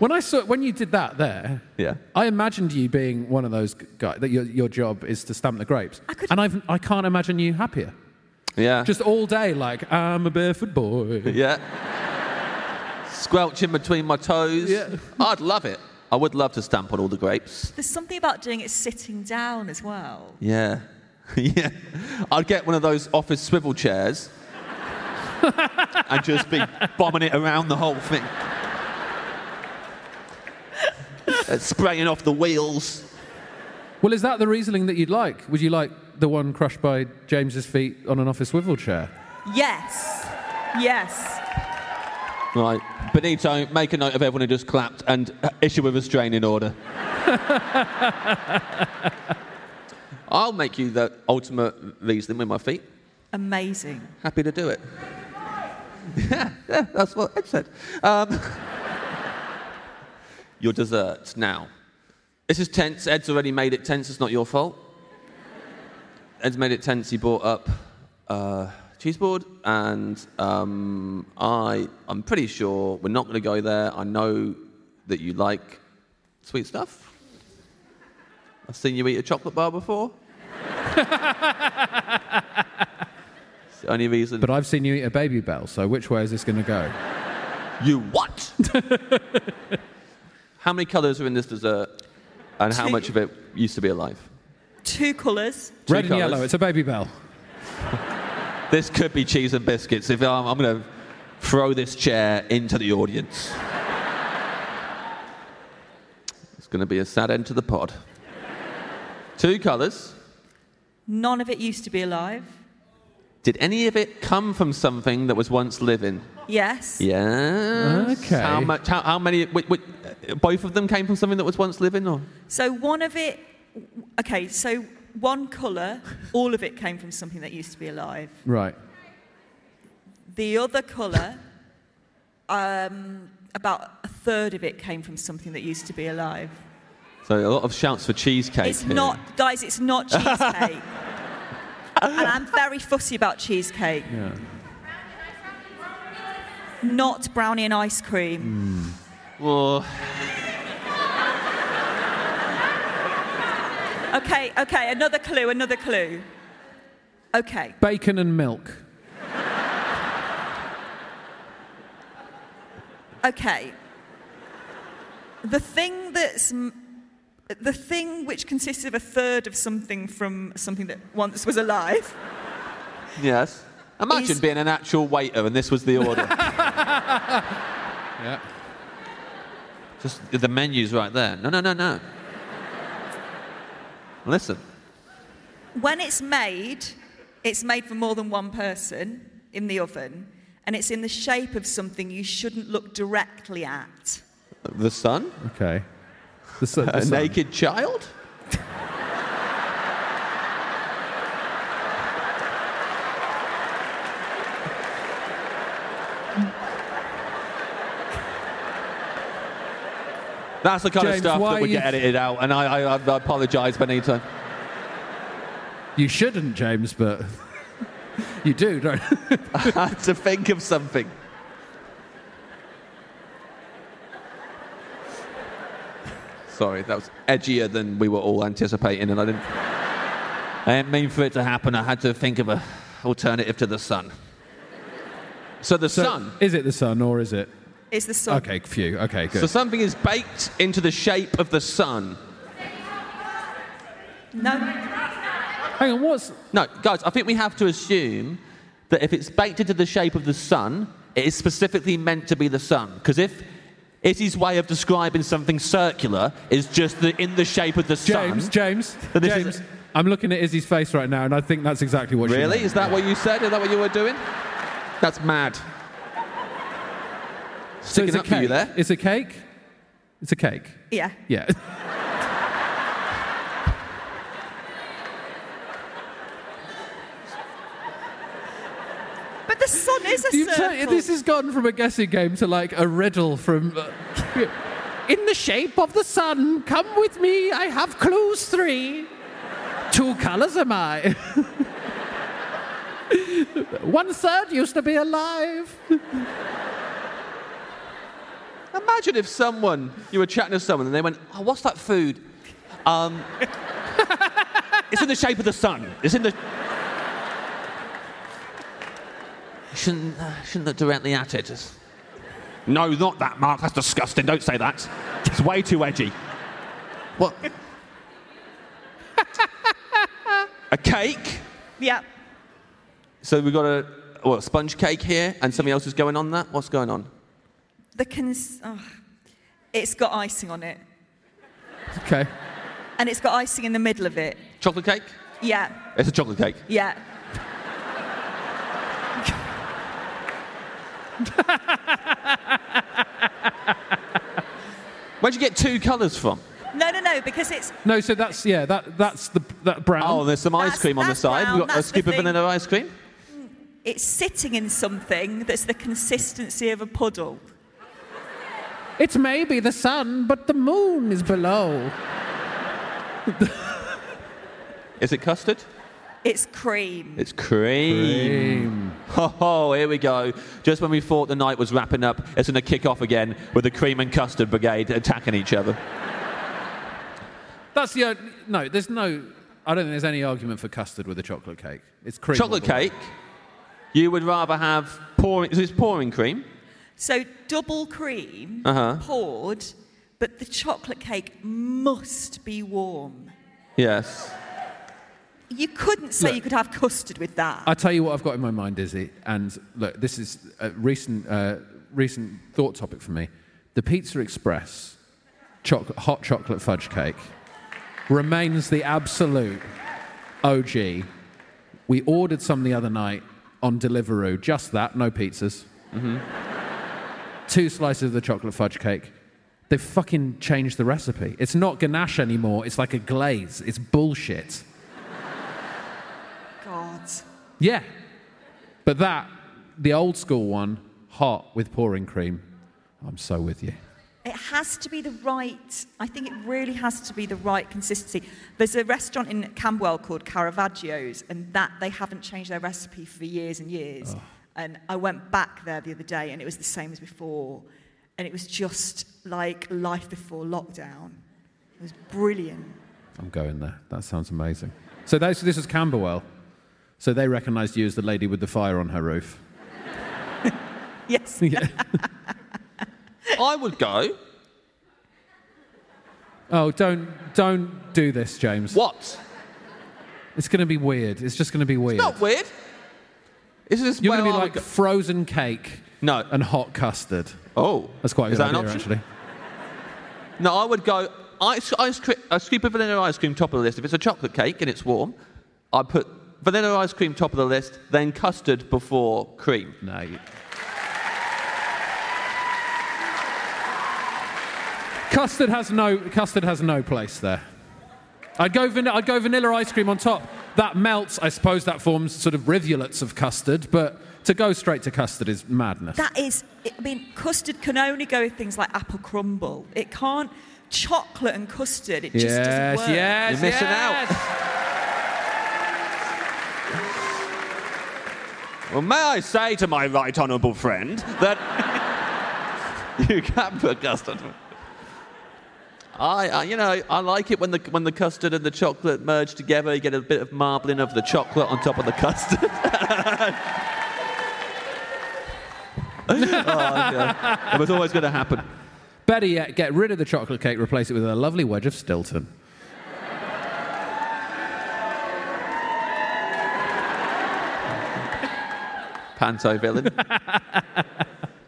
D: When I saw when you did that there,
B: Yeah.
D: I imagined you being one of those guys that your, your job is to stamp the grapes, and I've, I can't imagine you happier.
B: Yeah.
D: Just all day, like I'm a barefoot boy.
B: Yeah. Squelching between my toes. Yeah. I'd love it. I would love to stamp on all the grapes.
G: There's something about doing it sitting down as well.
B: Yeah. (laughs) yeah. I'd get one of those office swivel chairs and just be bombing it around the whole thing. Uh, spraying off the wheels.
D: Well, is that the Riesling that you'd like? Would you like the one crushed by James's feet on an office swivel chair?
G: Yes. Yes.
B: Right. Benito, make a note of everyone who just clapped and uh, issue with a restraining order. I'll make you the ultimate Riesling with my feet.
G: Amazing.
B: Happy to do it. yeah, yeah, that's what Ed said. Um, (laughs) your desserts now. This is tense. Ed's already made it tense. It's not your fault. Ed's made it tense. He brought up uh, cheese board, and um, I, I'm pretty sure we're not going to go there. I know that you like sweet stuff. I've seen you eat a chocolate bar before. it's the only reason.
D: But I've seen you eat a baby bell, so which way is this going to go?
B: You what? (laughs) How many colours are in this dessert, and how
G: Two.
B: much of it used to be alive?
G: Two colours.
B: Two Red and colours.
D: Yellow, it's a baby bell.
B: This could be cheese and biscuits. If I'm, I'm going to throw this chair into the audience, it's going to be a sad end to the pod. Two colours.
G: None of it used to be alive.
B: Did any of it come from something that was once living?
G: Yes.
B: Yes.
G: Okay.
B: How much? How, how many? Which, which, both of them came from something that was once living, or
G: So one of it. Okay, so one colour, all of it came from something that used to be alive.
D: Right.
G: The other colour, um, about a third of it came from something that used to be alive.
B: so a lot of shouts for cheesecake.
G: It's
B: here.
G: not, guys, it's not cheesecake. and I'm very fussy about cheesecake.
B: Yeah.
G: Not brownie and ice cream.
B: Well,
G: Okay, okay, another clue, another clue. Okay,
D: Bacon and milk.
G: okay. The thing that's. m- The thing which consists of a third of something from something that once was alive.
B: yes. Imagine
G: Is-
B: being an actual waiter and this was the
D: (laughs)
B: order.
D: yeah.
B: Just the menu's right there. No, no, no, no. Listen,
G: When it's made, it's made for more than one person in the oven, and it's in the shape of something you shouldn't look directly at.
B: the sun,
D: Okay. The, su- the
B: a
D: sun.
B: naked child. That's the kind
D: James,
B: of stuff
D: why
B: that
D: are
B: would
D: you-
B: get edited out, and I, I, I apologise, Benito.
D: You shouldn't, James, but (laughs) you do, don't you?
B: I had to think of something. Sorry, that was edgier than we were all anticipating, and I didn't. I didn't mean for it to happen. I had to think of an alternative to the sun. So the
D: So,
B: sun.
D: Is it the sun or is it?
G: Is the sun.
D: Okay, phew. Okay, good.
B: So something is baked into the shape of the sun.
G: No.
D: Hang on, what's.
B: No, guys, I think we have to assume that if it's baked into the shape of the sun, it is specifically meant to be the sun. Because if It's his way of describing something circular is just the, in the shape of the
D: James,
B: sun.
D: James,
B: But this
D: James.
B: is-
D: I'm looking at Izzy's face right now, and I think that's exactly what. she
B: Really?
D: meant.
B: Is that what you said? Is that what you were doing? That's mad.
D: So
B: Sticking
D: it's a
B: up for you
D: cake.
B: there.
D: It's a cake. It's a cake.
G: Yeah.
D: Yeah. (laughs)
G: But the sun is a
D: You've
G: circle.
D: turned- this has gone from a guessing game to like a riddle from. uh, in the shape of the sun, come with me. I have clues three. Two colours am I. (laughs) One third used to be alive.
B: Imagine if someone you were chatting to someone and they went, "Oh, what's that food?" Um, (laughs) it's in the shape of the sun. It's in the. (laughs) Shouldn't uh, shouldn't look directly at it. Just-
F: No, not that, Mark. That's disgusting. Don't say that. It's way too edgy.
B: What? (laughs) a cake.
G: Yeah.
B: So we've got a what, a sponge cake here, and something else is going on. That what's going on?
G: The cons- oh. It's got icing on it.
D: Okay.
G: And it's got icing in the middle of it.
B: Chocolate cake.
G: Yeah.
B: It's a chocolate cake.
G: Yeah.
B: Where'd you get two colours from?
G: No, no, no, because it's
D: No, so that's yeah, that that's the that brown.
B: Oh, there's some ice
G: That's-
B: cream on the
G: that's
B: side.
G: brown,
B: We've got a
G: that's the
B: scoop of
G: thing.
B: vanilla ice cream.
G: it's sitting in something that's the consistency of a puddle.
D: It's maybe the sun, but the moon is below.
B: Is it custard?
G: It's cream.
B: It's cream. Ho ho, here we go. Just when we thought the night was wrapping up, it's going to kick off again with the cream and custard brigade attacking each other.
D: That's the on- no. There's no. I don't think there's any argument for custard with a chocolate cake. It's cream.
B: Chocolate
D: all the way.
B: cake, you would rather have pouring, is this pouring cream?
G: So double cream
B: Uh-huh.
G: poured, but the chocolate cake must be warm.
B: Yes.
G: You couldn't say you could have custard with that.
D: I tell you what I've got in my mind, Izzy, and look, this is a recent uh, recent thought topic for me: the Pizza Express chocolate, hot chocolate fudge cake remains the absolute OG. We ordered some the other night on Deliveroo, just that, no pizzas. Two slices of the chocolate fudge cake. They've fucking changed the recipe. It's not ganache anymore. It's like a glaze. It's bullshit.
G: God.
D: Yeah. But that, the old school one, hot with pouring cream, I'm so with you.
G: It has to be the right, I think it really has to be the right consistency. There's a restaurant in Camberwell called Caravaggio's, and that they haven't changed their recipe for years and years.
D: Oh.
G: And I went back there the other day, and it was the same as before. And it was just like life before lockdown. It was brilliant.
D: I'm going there. That sounds amazing. So that's, this is Camberwell. So they recognised you as the lady with the fire on her roof.
G: Yes.
B: I would go.
D: Oh, don't, don't do this, James.
B: What?
D: It's going to be weird. It's just going to be weird.
B: Not weird. Is this
D: You're
B: where
D: going to be
B: I would
D: like
B: go?
D: frozen cake
B: No.
D: and hot custard.
B: Oh.
D: That's quite a good
B: Is that an
D: idea,
B: option?
D: actually.
B: No, I would go ice, ice cream, a scoop of vanilla ice cream top of the list. If it's a chocolate cake and it's warm, I put vanilla ice cream top of the list, then custard before cream.
D: No. you- Custard has no custard has no place there. I'd go, van- I'd go vanilla ice cream on top. That melts. I suppose that forms sort of rivulets of custard. But to go straight to custard is madness.
G: That is, I mean, custard can only go with things like apple crumble. It can't, chocolate and custard, it just doesn't
D: yes,
G: work.
D: yes,
B: You're missing out.
D: yes.
F: Well, may I say to my right honourable friend that
B: (laughs) you can put custard. I, I, you know, I like it when the when the custard and the chocolate merge together. You get a bit of marbling of the chocolate on top of
F: (laughs)
B: the custard. (laughs) Oh, okay. It was always going to happen.
D: Better yet, get rid of the chocolate cake, replace it with a lovely wedge of Stilton.
B: (laughs) Panto villain.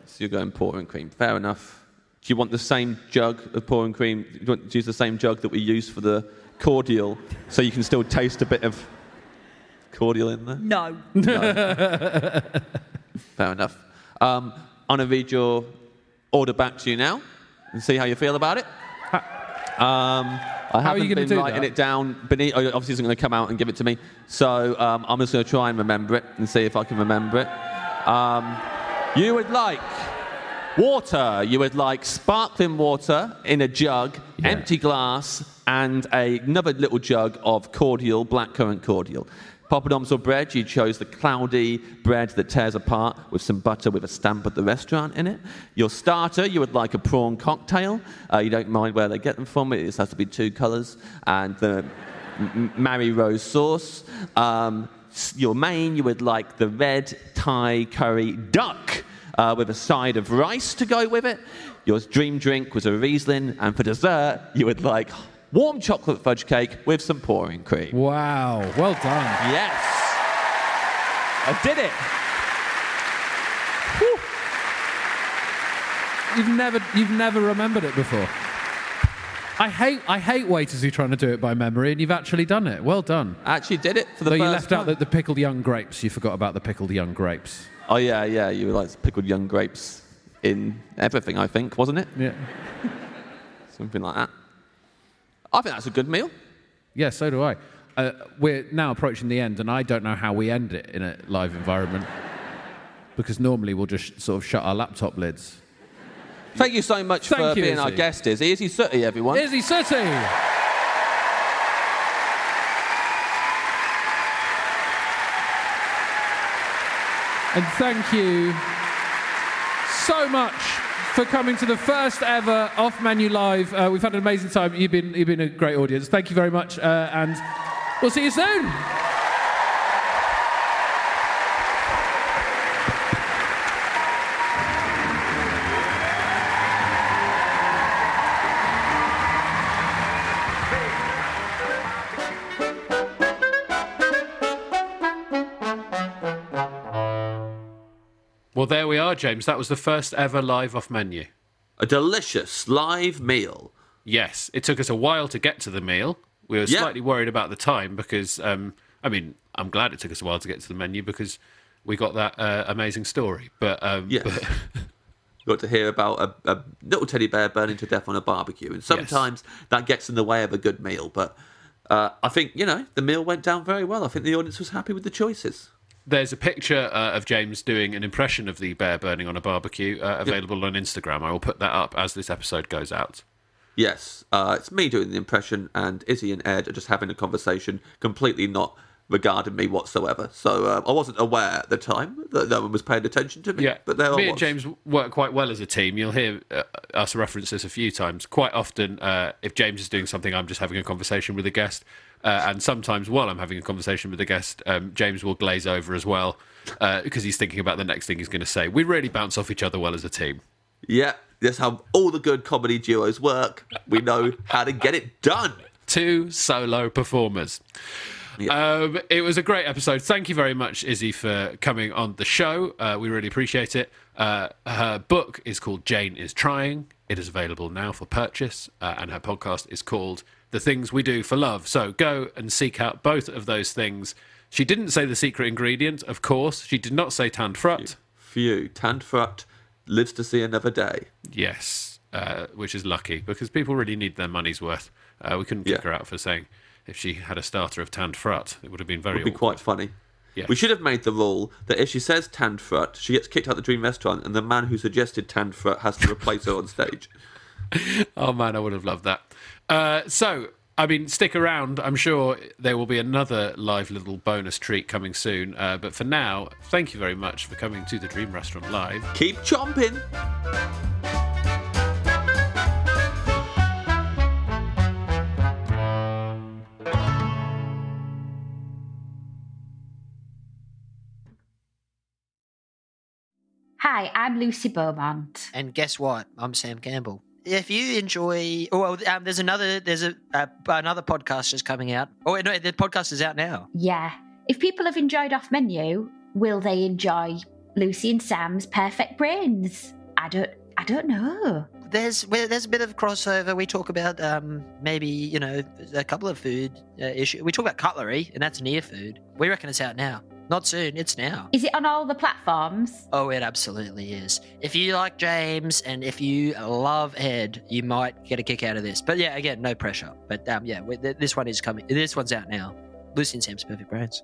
B: so you're going porter and cream. Fair enough. Do you want the same jug of pouring cream? Do you want to use the same jug that we used for the cordial so you can still taste a bit of cordial in there?
G: No.
B: No. Fair enough. Um, I'm going to read your order back to you now and see how you feel about it. Um, I
D: How are you
B: haven't
D: gonna
B: been
D: do
B: writing
D: that?
B: it down. Benito obviously isn't going to come out and give it to me. So um, I'm just going to try and remember it and see if I can remember it. Um, you would like water. You would like sparkling water in a jug, empty glass, and a- another little jug of cordial, blackcurrant cordial. Poppadoms or bread, you chose the cloudy bread that tears apart with some butter with a stamp at the restaurant in it. Your starter, you would like a prawn cocktail. Uh, you don't mind where they get them from, it just has to be two colours. And the m- Mary Rose sauce. Um, s- your main, you would like the red Thai curry duck uh, with a side of rice to go with it. Your dream drink was a Riesling, and for dessert, you would like warm chocolate fudge cake with some pouring cream.
D: Wow. Well done.
B: Yes. I did it.
D: You've never you've never remembered it before. I hate I hate waiters who are trying to do it by memory, and you've actually done it. Well done.
B: I actually did it for the
D: Though
B: first
D: you left
B: time.
D: out the, the pickled young grapes. You forgot about the pickled young grapes.
B: Oh, yeah, yeah. You were like pickled young grapes in everything, I think, wasn't it?
D: Yeah.
B: Something like that. I think that's a good meal.
D: Yeah, so do I. Uh, we're now approaching the end, and I don't know how we end it in a live environment because normally we'll just sort of shut our laptop lids.
B: Thank you so much
D: Thank
B: for
D: you,
B: being our
D: Izzy.
B: guest, Izzy. Izzy Sooty, everyone.
D: Izzy City! And thank you so much for coming to the first ever Off Menu Live. Uh, we've had an amazing time. You've been, you've been a great audience. Thank you very much, uh, and we'll see you soon. Well, there we are, James. That was the first ever live off menu.
B: A delicious live meal.
A: Yes, it took us a while to get to the meal. We were
B: Yeah.
A: slightly worried about the time because, um, I mean, I'm glad it took us a while to get to the menu because we got that uh, amazing story. But um,
B: Yeah.
A: but- (laughs)
B: Got to hear about a, a little teddy bear burning to death on a barbecue, and sometimes that gets in the way of a good meal. But uh, I think you know the meal went down very well. I think the audience was happy with the choices.
A: there's a picture uh, of James doing an impression of the bear burning on a barbecue uh, available on Instagram. I will put that up as this episode goes out.
B: Yes, uh, it's me doing the impression, and Izzy and Ed are just having a conversation, completely not regarding me whatsoever. So uh, I wasn't aware at the time that no one was paying attention to me.
A: Yeah,
B: but there I
A: me and
B: was.
A: James work quite well as a team. You'll hear uh, us reference this a few times. Quite often, uh, if James is doing something, I'm just having a conversation with a guest, uh, and sometimes while I'm having a conversation with a guest, um, James will glaze over as well because he's thinking about the next thing he's going to say. We really bounce off each other well as a team.
B: Yeah, that's how all the good comedy duos work. We know how to get it done.
A: Two solo performers. Um, it was a great episode. Thank you very much, Izzy, for coming on the show. Uh, we really appreciate it. Uh, her book is called Jane is Trying. It is available now for purchase, uh, and her podcast is called The Things We Do for Love. So go and seek out both of those things. She didn't say the secret ingredient, of course. She did not say tanned frut.
B: Phew, Tan Frut lives to see another day.
A: Yes, uh, which is lucky because people really need their money's worth. Uh, we couldn't kick her out for saying if she had a starter of tanned frut, it would have been very
B: Would be
A: awkward.
B: quite funny.
A: Yeah.
B: We should have made the rule that if she says Tan Frut, she gets kicked out the dream restaurant, and the man who suggested Tan Frut has to replace her on stage.
A: Oh man, I would have loved that. Uh, so, I mean, stick around. I'm sure there will be another live little bonus treat coming soon. Uh, but for now, thank you very much for coming to the Dream Restaurant Live.
B: Keep chomping.
N: Hi, I'm Lucy Beaumont.
M: And guess what? I'm Sam Campbell. If you enjoy, well, um, there's another there's a uh, another podcast just coming out. Oh wait, no, the podcast is out now.
N: Yeah. If people have enjoyed Off Menu, will they enjoy Lucy and Sam's Perfect Brains? I don't I don't know.
M: there's well, there's a bit of crossover. We talk about um, maybe you know a couple of food uh, issue. We talk about cutlery, and that's near food. We reckon it's out now. Not soon. It's now.
P: Is it on all the platforms?
M: Oh, it absolutely is. If you like James and if you love Ed, you might get a kick out of this. But yeah, again, no pressure. But um, yeah, we- th- this one is coming. This one's out now. Lucy and Sam's Perfect Brains.